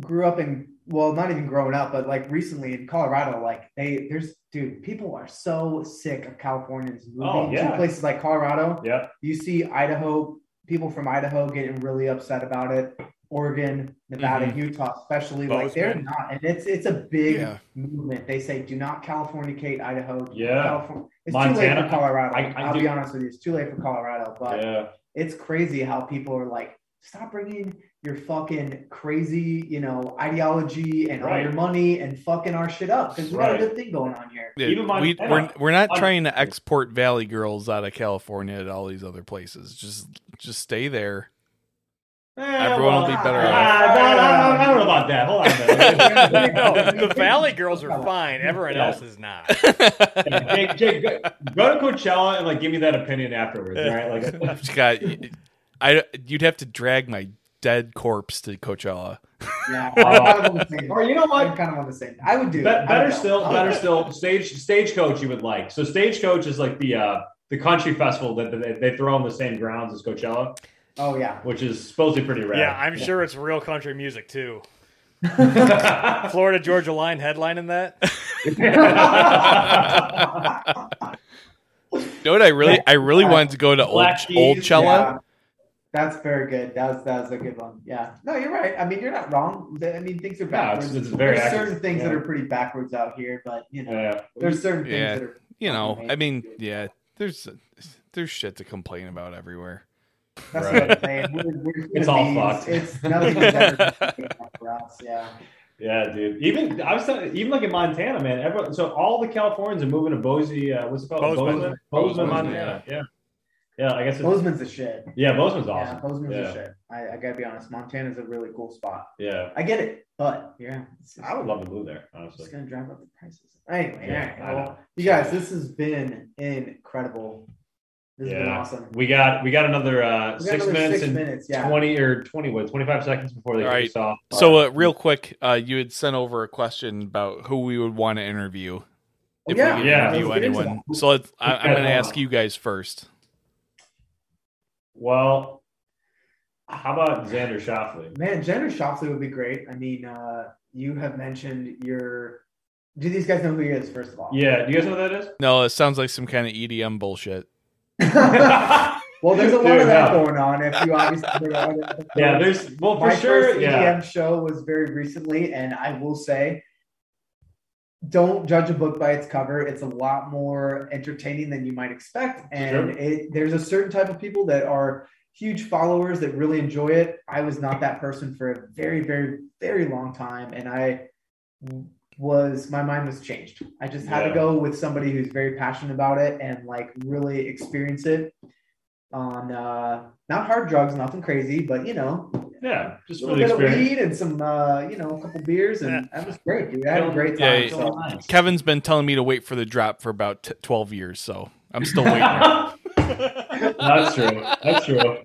Speaker 2: grew up in, well, not even growing up, but like recently in Colorado, like they, there's, dude, people are so sick of Californians moving
Speaker 3: Oh, yeah.
Speaker 2: to places like Colorado.
Speaker 3: Yeah,
Speaker 2: You see Idaho, people from Idaho getting really upset about it. Oregon, Nevada,
Speaker 3: Mm-hmm.
Speaker 1: Mhm.
Speaker 2: Utah, especially, like they're
Speaker 5: Bozeman.
Speaker 2: not, and it's it's a big
Speaker 1: Yeah.
Speaker 2: movement. They say, do not Californicate Idaho.
Speaker 3: Yeah.
Speaker 2: California. It's too late
Speaker 3: Montana,
Speaker 2: for Colorado.
Speaker 3: I- I
Speaker 2: I, will
Speaker 3: do-
Speaker 2: be honest with you, it's too late for Colorado, but
Speaker 3: yeah.
Speaker 2: it's crazy how people are like, stop bringing your fucking crazy, you know, ideology and all
Speaker 3: Right.
Speaker 2: your money and fucking our shit up because we got
Speaker 3: Right.
Speaker 2: a good thing going on here.
Speaker 1: Yeah,
Speaker 3: Even
Speaker 1: we,
Speaker 3: Montana.
Speaker 1: we're, we're not
Speaker 3: Mon-
Speaker 1: trying to export Valley girls out of California to all these other places. Just just stay there. Everyone will be better
Speaker 3: Ah,
Speaker 1: off.
Speaker 3: I, I- I don't know about that. Hold on. a minute.
Speaker 5: no, the Valley girls are fine. Everyone
Speaker 3: Yeah.
Speaker 5: else is not.
Speaker 3: Jake, Jake, go, go to Coachella and like give me that opinion afterwards, all right? Like,
Speaker 1: Scott, I you'd have to drag my dead corpse to Coachella.
Speaker 2: Yeah, I'm kind of on the same.
Speaker 3: or you know
Speaker 2: I'm
Speaker 3: what?
Speaker 2: kind of on the same. I would do.
Speaker 3: Be-
Speaker 2: it. I don't
Speaker 3: better
Speaker 2: know.
Speaker 3: still,
Speaker 2: I
Speaker 3: better
Speaker 2: would-
Speaker 3: still, stage stagecoach you would like. So stagecoach is like the uh the country festival that that they, they throw on the same grounds as Coachella,
Speaker 2: Oh yeah.
Speaker 3: which is supposedly pretty rad.
Speaker 5: Yeah, I'm sure it's real country music too.
Speaker 3: Yeah,
Speaker 5: Florida Georgia Line headline in that.
Speaker 1: You know what I really I really wanted to go to old
Speaker 3: Black Keys,
Speaker 1: old Chella.
Speaker 2: Yeah. That's very good. That's that's a good one. Yeah. No, you're right. I mean, you're not wrong. I mean, things are backwards.
Speaker 3: it's, it's very
Speaker 2: there's
Speaker 3: accurate.
Speaker 2: certain things
Speaker 3: yeah.
Speaker 2: that are pretty backwards out here, but you know,
Speaker 3: Yeah.
Speaker 2: there's certain things
Speaker 1: Yeah.
Speaker 2: that are.
Speaker 1: you know, I
Speaker 2: Amazing.
Speaker 1: mean, yeah, there's there's shit to complain about everywhere.
Speaker 2: That's
Speaker 3: Right.
Speaker 2: what I'm saying. We're, we're
Speaker 3: It's all
Speaker 2: bees.
Speaker 3: fucked.
Speaker 2: It's nothing is ever for us. Yeah.
Speaker 3: Yeah, dude. Even I was telling, even like in Montana, man. Everyone, so all the Californians are moving to Boise. Uh, what's it called?
Speaker 5: Bozeman.
Speaker 3: Bozeman,
Speaker 1: Bozeman,
Speaker 3: Montana. Yeah. yeah, I guess. It's,
Speaker 2: Bozeman's a shit.
Speaker 3: yeah, Bozeman's
Speaker 2: Yeah,
Speaker 3: awesome.
Speaker 2: Bozeman's
Speaker 3: Yeah.
Speaker 2: a shit. I, I gotta be honest. Montana's a really cool spot.
Speaker 3: Yeah.
Speaker 2: I get it, but yeah, it's just,
Speaker 3: I would love to move there.
Speaker 2: It's
Speaker 3: Honestly,
Speaker 2: gonna drive up the prices. Anyway,
Speaker 3: Yeah,
Speaker 2: all
Speaker 3: I
Speaker 2: right.
Speaker 3: know.
Speaker 2: Well, you guys, this has been incredible. This has been
Speaker 3: Yeah.
Speaker 2: awesome.
Speaker 3: we got we got another uh,
Speaker 2: We got
Speaker 3: six
Speaker 2: another
Speaker 3: minutes
Speaker 2: six
Speaker 3: and
Speaker 2: minutes. Yeah.
Speaker 3: twenty or twenty what twenty five seconds before they
Speaker 1: All
Speaker 3: kick us off.
Speaker 1: So, uh, real quick, uh, you had sent over a question about who we would want to interview if
Speaker 2: Yeah,
Speaker 1: we could
Speaker 3: yeah,
Speaker 1: interview
Speaker 2: let's get into
Speaker 1: anyone. So let's, I, I'm going to
Speaker 3: Yeah.
Speaker 1: ask you guys first.
Speaker 3: well, how about Xander Shoffley?
Speaker 2: Man, Jenner Shoffley would be great. I mean, uh, you have mentioned your. Do these guys know who he is? First of all.
Speaker 3: Yeah, do you guys know what that is?
Speaker 1: No, it sounds like some kind of EDM bullshit.
Speaker 2: well, there's a lot
Speaker 3: Dude,
Speaker 2: of that
Speaker 3: no.
Speaker 2: going on. If you obviously. there are other-
Speaker 3: yeah, there's well for
Speaker 2: my
Speaker 3: sure.
Speaker 2: first EDM
Speaker 3: Yeah,
Speaker 2: show was very recently, and I will say, don't judge a book by its cover. It's a lot more entertaining than you might expect, and
Speaker 3: Sure.
Speaker 2: it, there's a certain type of people that are huge followers that really enjoy it. I was not that person for a very, very, very long time, and I was my mind was changed. I just had
Speaker 3: Yeah.
Speaker 2: to go with somebody who's very passionate about it and like really experience it on uh not hard drugs, nothing crazy, but you know,
Speaker 3: yeah, just
Speaker 2: a
Speaker 3: really
Speaker 2: little bit of
Speaker 3: experience.
Speaker 2: weed and some, uh, you know, a couple beers, and that was great, dude. I had a great
Speaker 1: Yeah,
Speaker 2: time. so.
Speaker 1: yeah. Kevin's been telling me to wait for the drop for about t- 12 years, so I'm still waiting.
Speaker 3: That's true. That's true.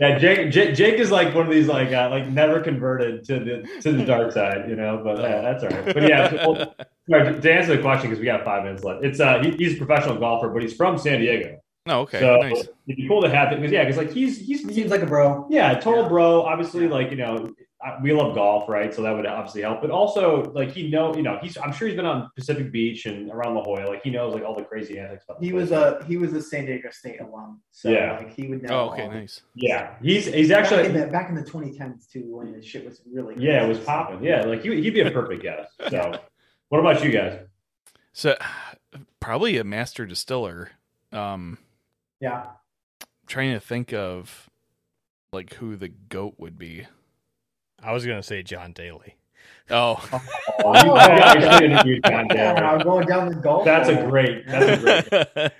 Speaker 3: Yeah, Jake, Jake. Jake is like one of these like uh, like never converted to the to the dark side, you know. But yeah, that's all right. But yeah, so- well, sorry, to answer the question because we got five minutes left. It's uh, he, he's a professional golfer, but he's from San Diego.
Speaker 1: no, Oh, okay,
Speaker 3: so
Speaker 1: nice.
Speaker 3: it'd be cool to have it because yeah, because like he's he's
Speaker 2: He seems like a bro.
Speaker 3: yeah, total
Speaker 2: Yeah.
Speaker 3: bro. Obviously, like you know, I- we love golf, right? So that would obviously help. But also, like he know, you know, he's I'm sure he's been on Pacific Beach and around La Jolla. Like he knows like all the crazy antics. About the
Speaker 2: He
Speaker 3: place.
Speaker 2: was uh, a he was a San Diego State alum, so
Speaker 3: Yeah.
Speaker 2: like he would know.
Speaker 1: Oh, okay,
Speaker 2: all-
Speaker 1: nice.
Speaker 3: yeah. He's he's
Speaker 2: Back
Speaker 3: actually
Speaker 2: in the, back in the 2010s too, when the shit was really
Speaker 3: yeah, it was popping. Yeah, like he, he'd be a perfect guest. So, what about you guys?
Speaker 1: So, probably a master distiller. Um,
Speaker 2: Yeah,
Speaker 1: trying to think of like who the goat would be.
Speaker 5: I was gonna say John Daly.
Speaker 1: Oh,
Speaker 3: Oh, you guys should interview John
Speaker 2: yeah.
Speaker 3: Daly.
Speaker 2: going down the golf.
Speaker 3: That's a
Speaker 2: hole.
Speaker 3: great. That's a great.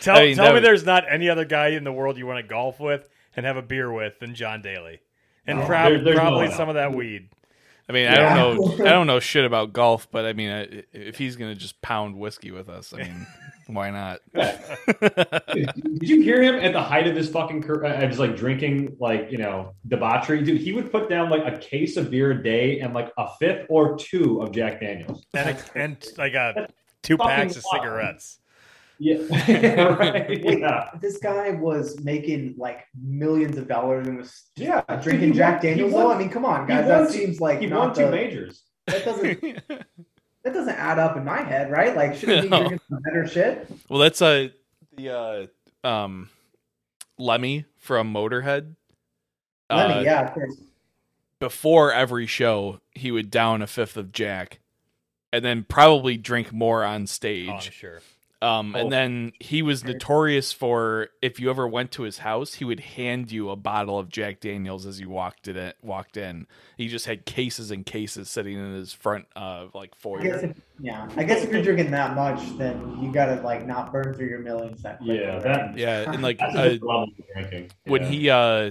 Speaker 5: Tell,
Speaker 1: I mean,
Speaker 5: tell
Speaker 1: that
Speaker 5: me
Speaker 1: would-
Speaker 5: there's not any other guy in the world you want to golf with and have a beer with than John Daly, and
Speaker 3: No,
Speaker 5: prob-
Speaker 3: there- there's no
Speaker 5: probably
Speaker 3: one
Speaker 5: some of that weed.
Speaker 1: I mean, I don't know, I don't know shit about golf, but I mean, I, if he's gonna just pound whiskey with us, I mean, why not?
Speaker 3: Did you hear him at the height of his fucking career? I was like drinking, like, you know, debauchery. Dude, he would put down like a case of beer a day and like a fifth or two of Jack Daniels.
Speaker 5: and, a, and like a two packs of
Speaker 3: fucking wild.
Speaker 5: cigarettes.
Speaker 3: Yeah. right. Yeah.
Speaker 2: This guy was making like millions of dollars and was
Speaker 3: Yeah.
Speaker 2: drinking
Speaker 3: He
Speaker 2: Jack
Speaker 3: won- he
Speaker 2: Daniels.
Speaker 3: won-
Speaker 2: though? I mean, come on,
Speaker 3: he
Speaker 2: guys.
Speaker 3: won
Speaker 2: That
Speaker 3: two-
Speaker 2: seems like
Speaker 3: he won
Speaker 2: not
Speaker 3: two
Speaker 2: the,
Speaker 3: majors.
Speaker 2: that doesn't that doesn't add up in my head, right? Like, shouldn't he be
Speaker 1: No.
Speaker 2: drinking some better shit?
Speaker 1: well, that's uh, the uh, um, Lemmy from Motorhead.
Speaker 2: Lenny,
Speaker 1: Uh,
Speaker 2: yeah, of course.
Speaker 1: Before every show, he would down a fifth of Jack, and then probably drink more on
Speaker 5: Oh, I'm
Speaker 1: stage.
Speaker 5: sure.
Speaker 1: Um,
Speaker 3: Oh.
Speaker 1: and then he was notorious for if you ever went to his house, he would hand you a bottle of Jack Daniels as you walked in. Walked in, he just had cases and cases sitting in his front, uh, like
Speaker 2: I guess
Speaker 1: foyer.
Speaker 2: if, yeah, I guess if you're drinking that much, then you gotta like not burn through your millions that quick.
Speaker 3: Yeah,
Speaker 2: right?
Speaker 3: that-
Speaker 1: Yeah, and like
Speaker 3: That's a
Speaker 1: uh,
Speaker 3: different level of drinking.
Speaker 1: when
Speaker 3: Yeah.
Speaker 1: he uh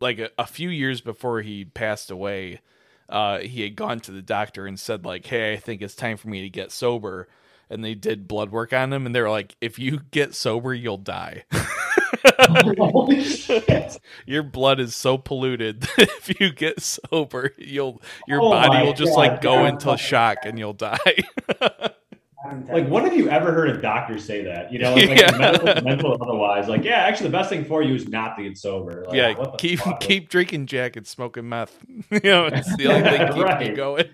Speaker 1: like a, a few years before he passed away uh he had gone to the doctor and said like hey i think it's time for me to get sober and they did blood work on him and they were like if you get sober you'll die
Speaker 3: Holy shit.
Speaker 1: your blood is so polluted that if you get sober you'll your
Speaker 3: Oh my
Speaker 1: body will just
Speaker 3: God,
Speaker 1: like go
Speaker 3: yeah.
Speaker 1: into shock and you'll die
Speaker 2: That's
Speaker 3: Like,
Speaker 2: intense.
Speaker 3: when have you ever heard a doctor say that? You know, like, like
Speaker 1: Yeah.
Speaker 3: medical, mental, otherwise, like, yeah, actually, the best thing for you is not to get sober. Like,
Speaker 1: yeah
Speaker 3: Oh, what the
Speaker 1: keep
Speaker 3: fuck?
Speaker 1: keep drinking jack and smoking meth you know it's the only thing keeping
Speaker 3: Right.
Speaker 1: you going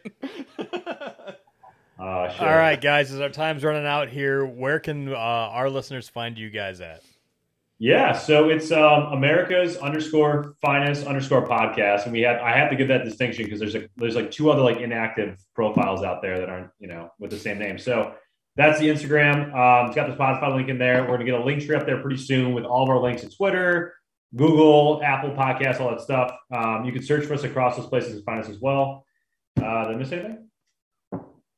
Speaker 3: Uh, shit.
Speaker 5: All right, guys, as our time's running out here, where can uh, our listeners find you guys at?
Speaker 3: Yeah, so it's um, America's underscore finance underscore podcast, and we have I have to give that distinction because there's a, there's like two other like inactive profiles out there that aren't you know with the same name. So that's the Instagram. Um, it's got the Spotify link in there. We're gonna get a link tree up there pretty soon with all of our links to Twitter, Google, Apple Podcasts, all that stuff. Um, you can search for us across those places and find us as well. Uh, did I miss anything?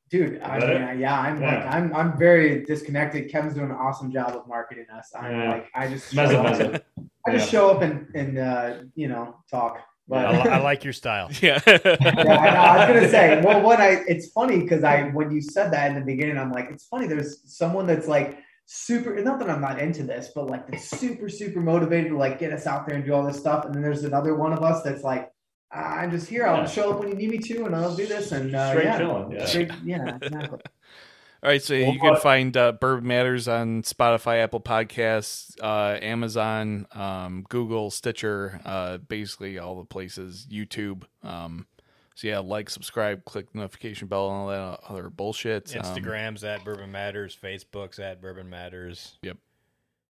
Speaker 2: dude, I
Speaker 3: Is that
Speaker 2: mean, I- yeah, I'm like,
Speaker 3: Yeah.
Speaker 2: I'm, I'm very disconnected. Kevin's doing an awesome job of marketing us. I'm
Speaker 3: Yeah.
Speaker 2: like, I just, show
Speaker 3: Mezzo,
Speaker 2: up,
Speaker 3: mezzo.
Speaker 2: I just
Speaker 3: Yeah.
Speaker 2: show up and and uh, you know talk. But
Speaker 5: I, li- I like your style.
Speaker 1: yeah
Speaker 2: yeah, I, know. I was gonna say. Well, what I it's funny because I when you said that in the beginning, I'm like, it's funny. There's someone that's like super. Not that I'm not into this, but like that's super super motivated to like get us out there and do all this stuff. And then there's another one of us that's like, I'm just here. I'll
Speaker 3: Yeah.
Speaker 2: show up when you need me to, and I'll do this. And uh,
Speaker 3: Straight
Speaker 2: yeah,
Speaker 3: chilling. Yeah.
Speaker 2: Straight- yeah, exactly.
Speaker 1: All right, so
Speaker 3: Well,
Speaker 1: you can
Speaker 3: but-
Speaker 1: find uh, Bourbon Matters on Spotify, Apple Podcasts, uh, Amazon, um, Google, Stitcher, uh, basically all the places, YouTube. Um, so yeah, like, subscribe, click the notification bell, and all that other bullshit. Um,
Speaker 5: Instagrams at Bourbon Matters, Facebook's at Bourbon Matters.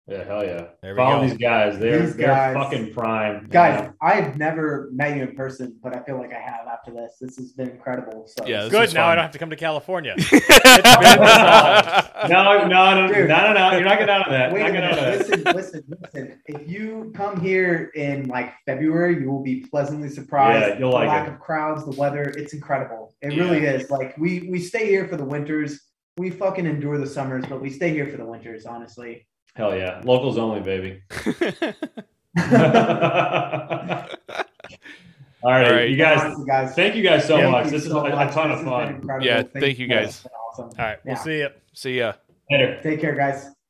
Speaker 3: Yeah, hell yeah.
Speaker 5: There we
Speaker 3: Follow
Speaker 5: go.
Speaker 3: these guys. They're,
Speaker 2: These
Speaker 3: they're
Speaker 2: guys.
Speaker 3: fucking prime.
Speaker 2: Guys, I've never met you in person, but I feel like I have after this. This has been incredible. So
Speaker 1: Yeah, This
Speaker 5: Good.
Speaker 1: is
Speaker 5: Now I
Speaker 1: fun.
Speaker 5: don't have to come to California.
Speaker 3: No, no, no,
Speaker 2: Dude.
Speaker 3: no, no, no. You're not getting out of that.
Speaker 2: Wait
Speaker 3: not
Speaker 2: a
Speaker 3: getting out
Speaker 2: minute.
Speaker 3: of that.
Speaker 2: Listen, listen, listen. If you come here in like February, you will be pleasantly surprised.
Speaker 3: Yeah, you'll
Speaker 2: the
Speaker 3: like
Speaker 2: lack
Speaker 3: it.
Speaker 2: of crowds, the weather, it's incredible. It really is. Like we we stay here for the winters. We fucking endure the summers, but we stay here for the winters, honestly.
Speaker 3: Hell yeah. Locals only, baby. All
Speaker 2: Honestly,
Speaker 3: right,
Speaker 1: right.
Speaker 3: You guys,
Speaker 2: guys.
Speaker 3: thank you guys so
Speaker 2: thank
Speaker 3: much.
Speaker 2: you
Speaker 3: This is a,
Speaker 2: so
Speaker 3: a
Speaker 2: much.
Speaker 3: ton
Speaker 2: This has
Speaker 3: of
Speaker 2: been
Speaker 3: fun.
Speaker 2: incredible.
Speaker 1: Yeah, thank you guys.
Speaker 2: It's been Awesome.
Speaker 5: All right, we'll
Speaker 2: Yeah.
Speaker 5: see you.
Speaker 1: See ya.
Speaker 3: Later.
Speaker 2: Take care, guys.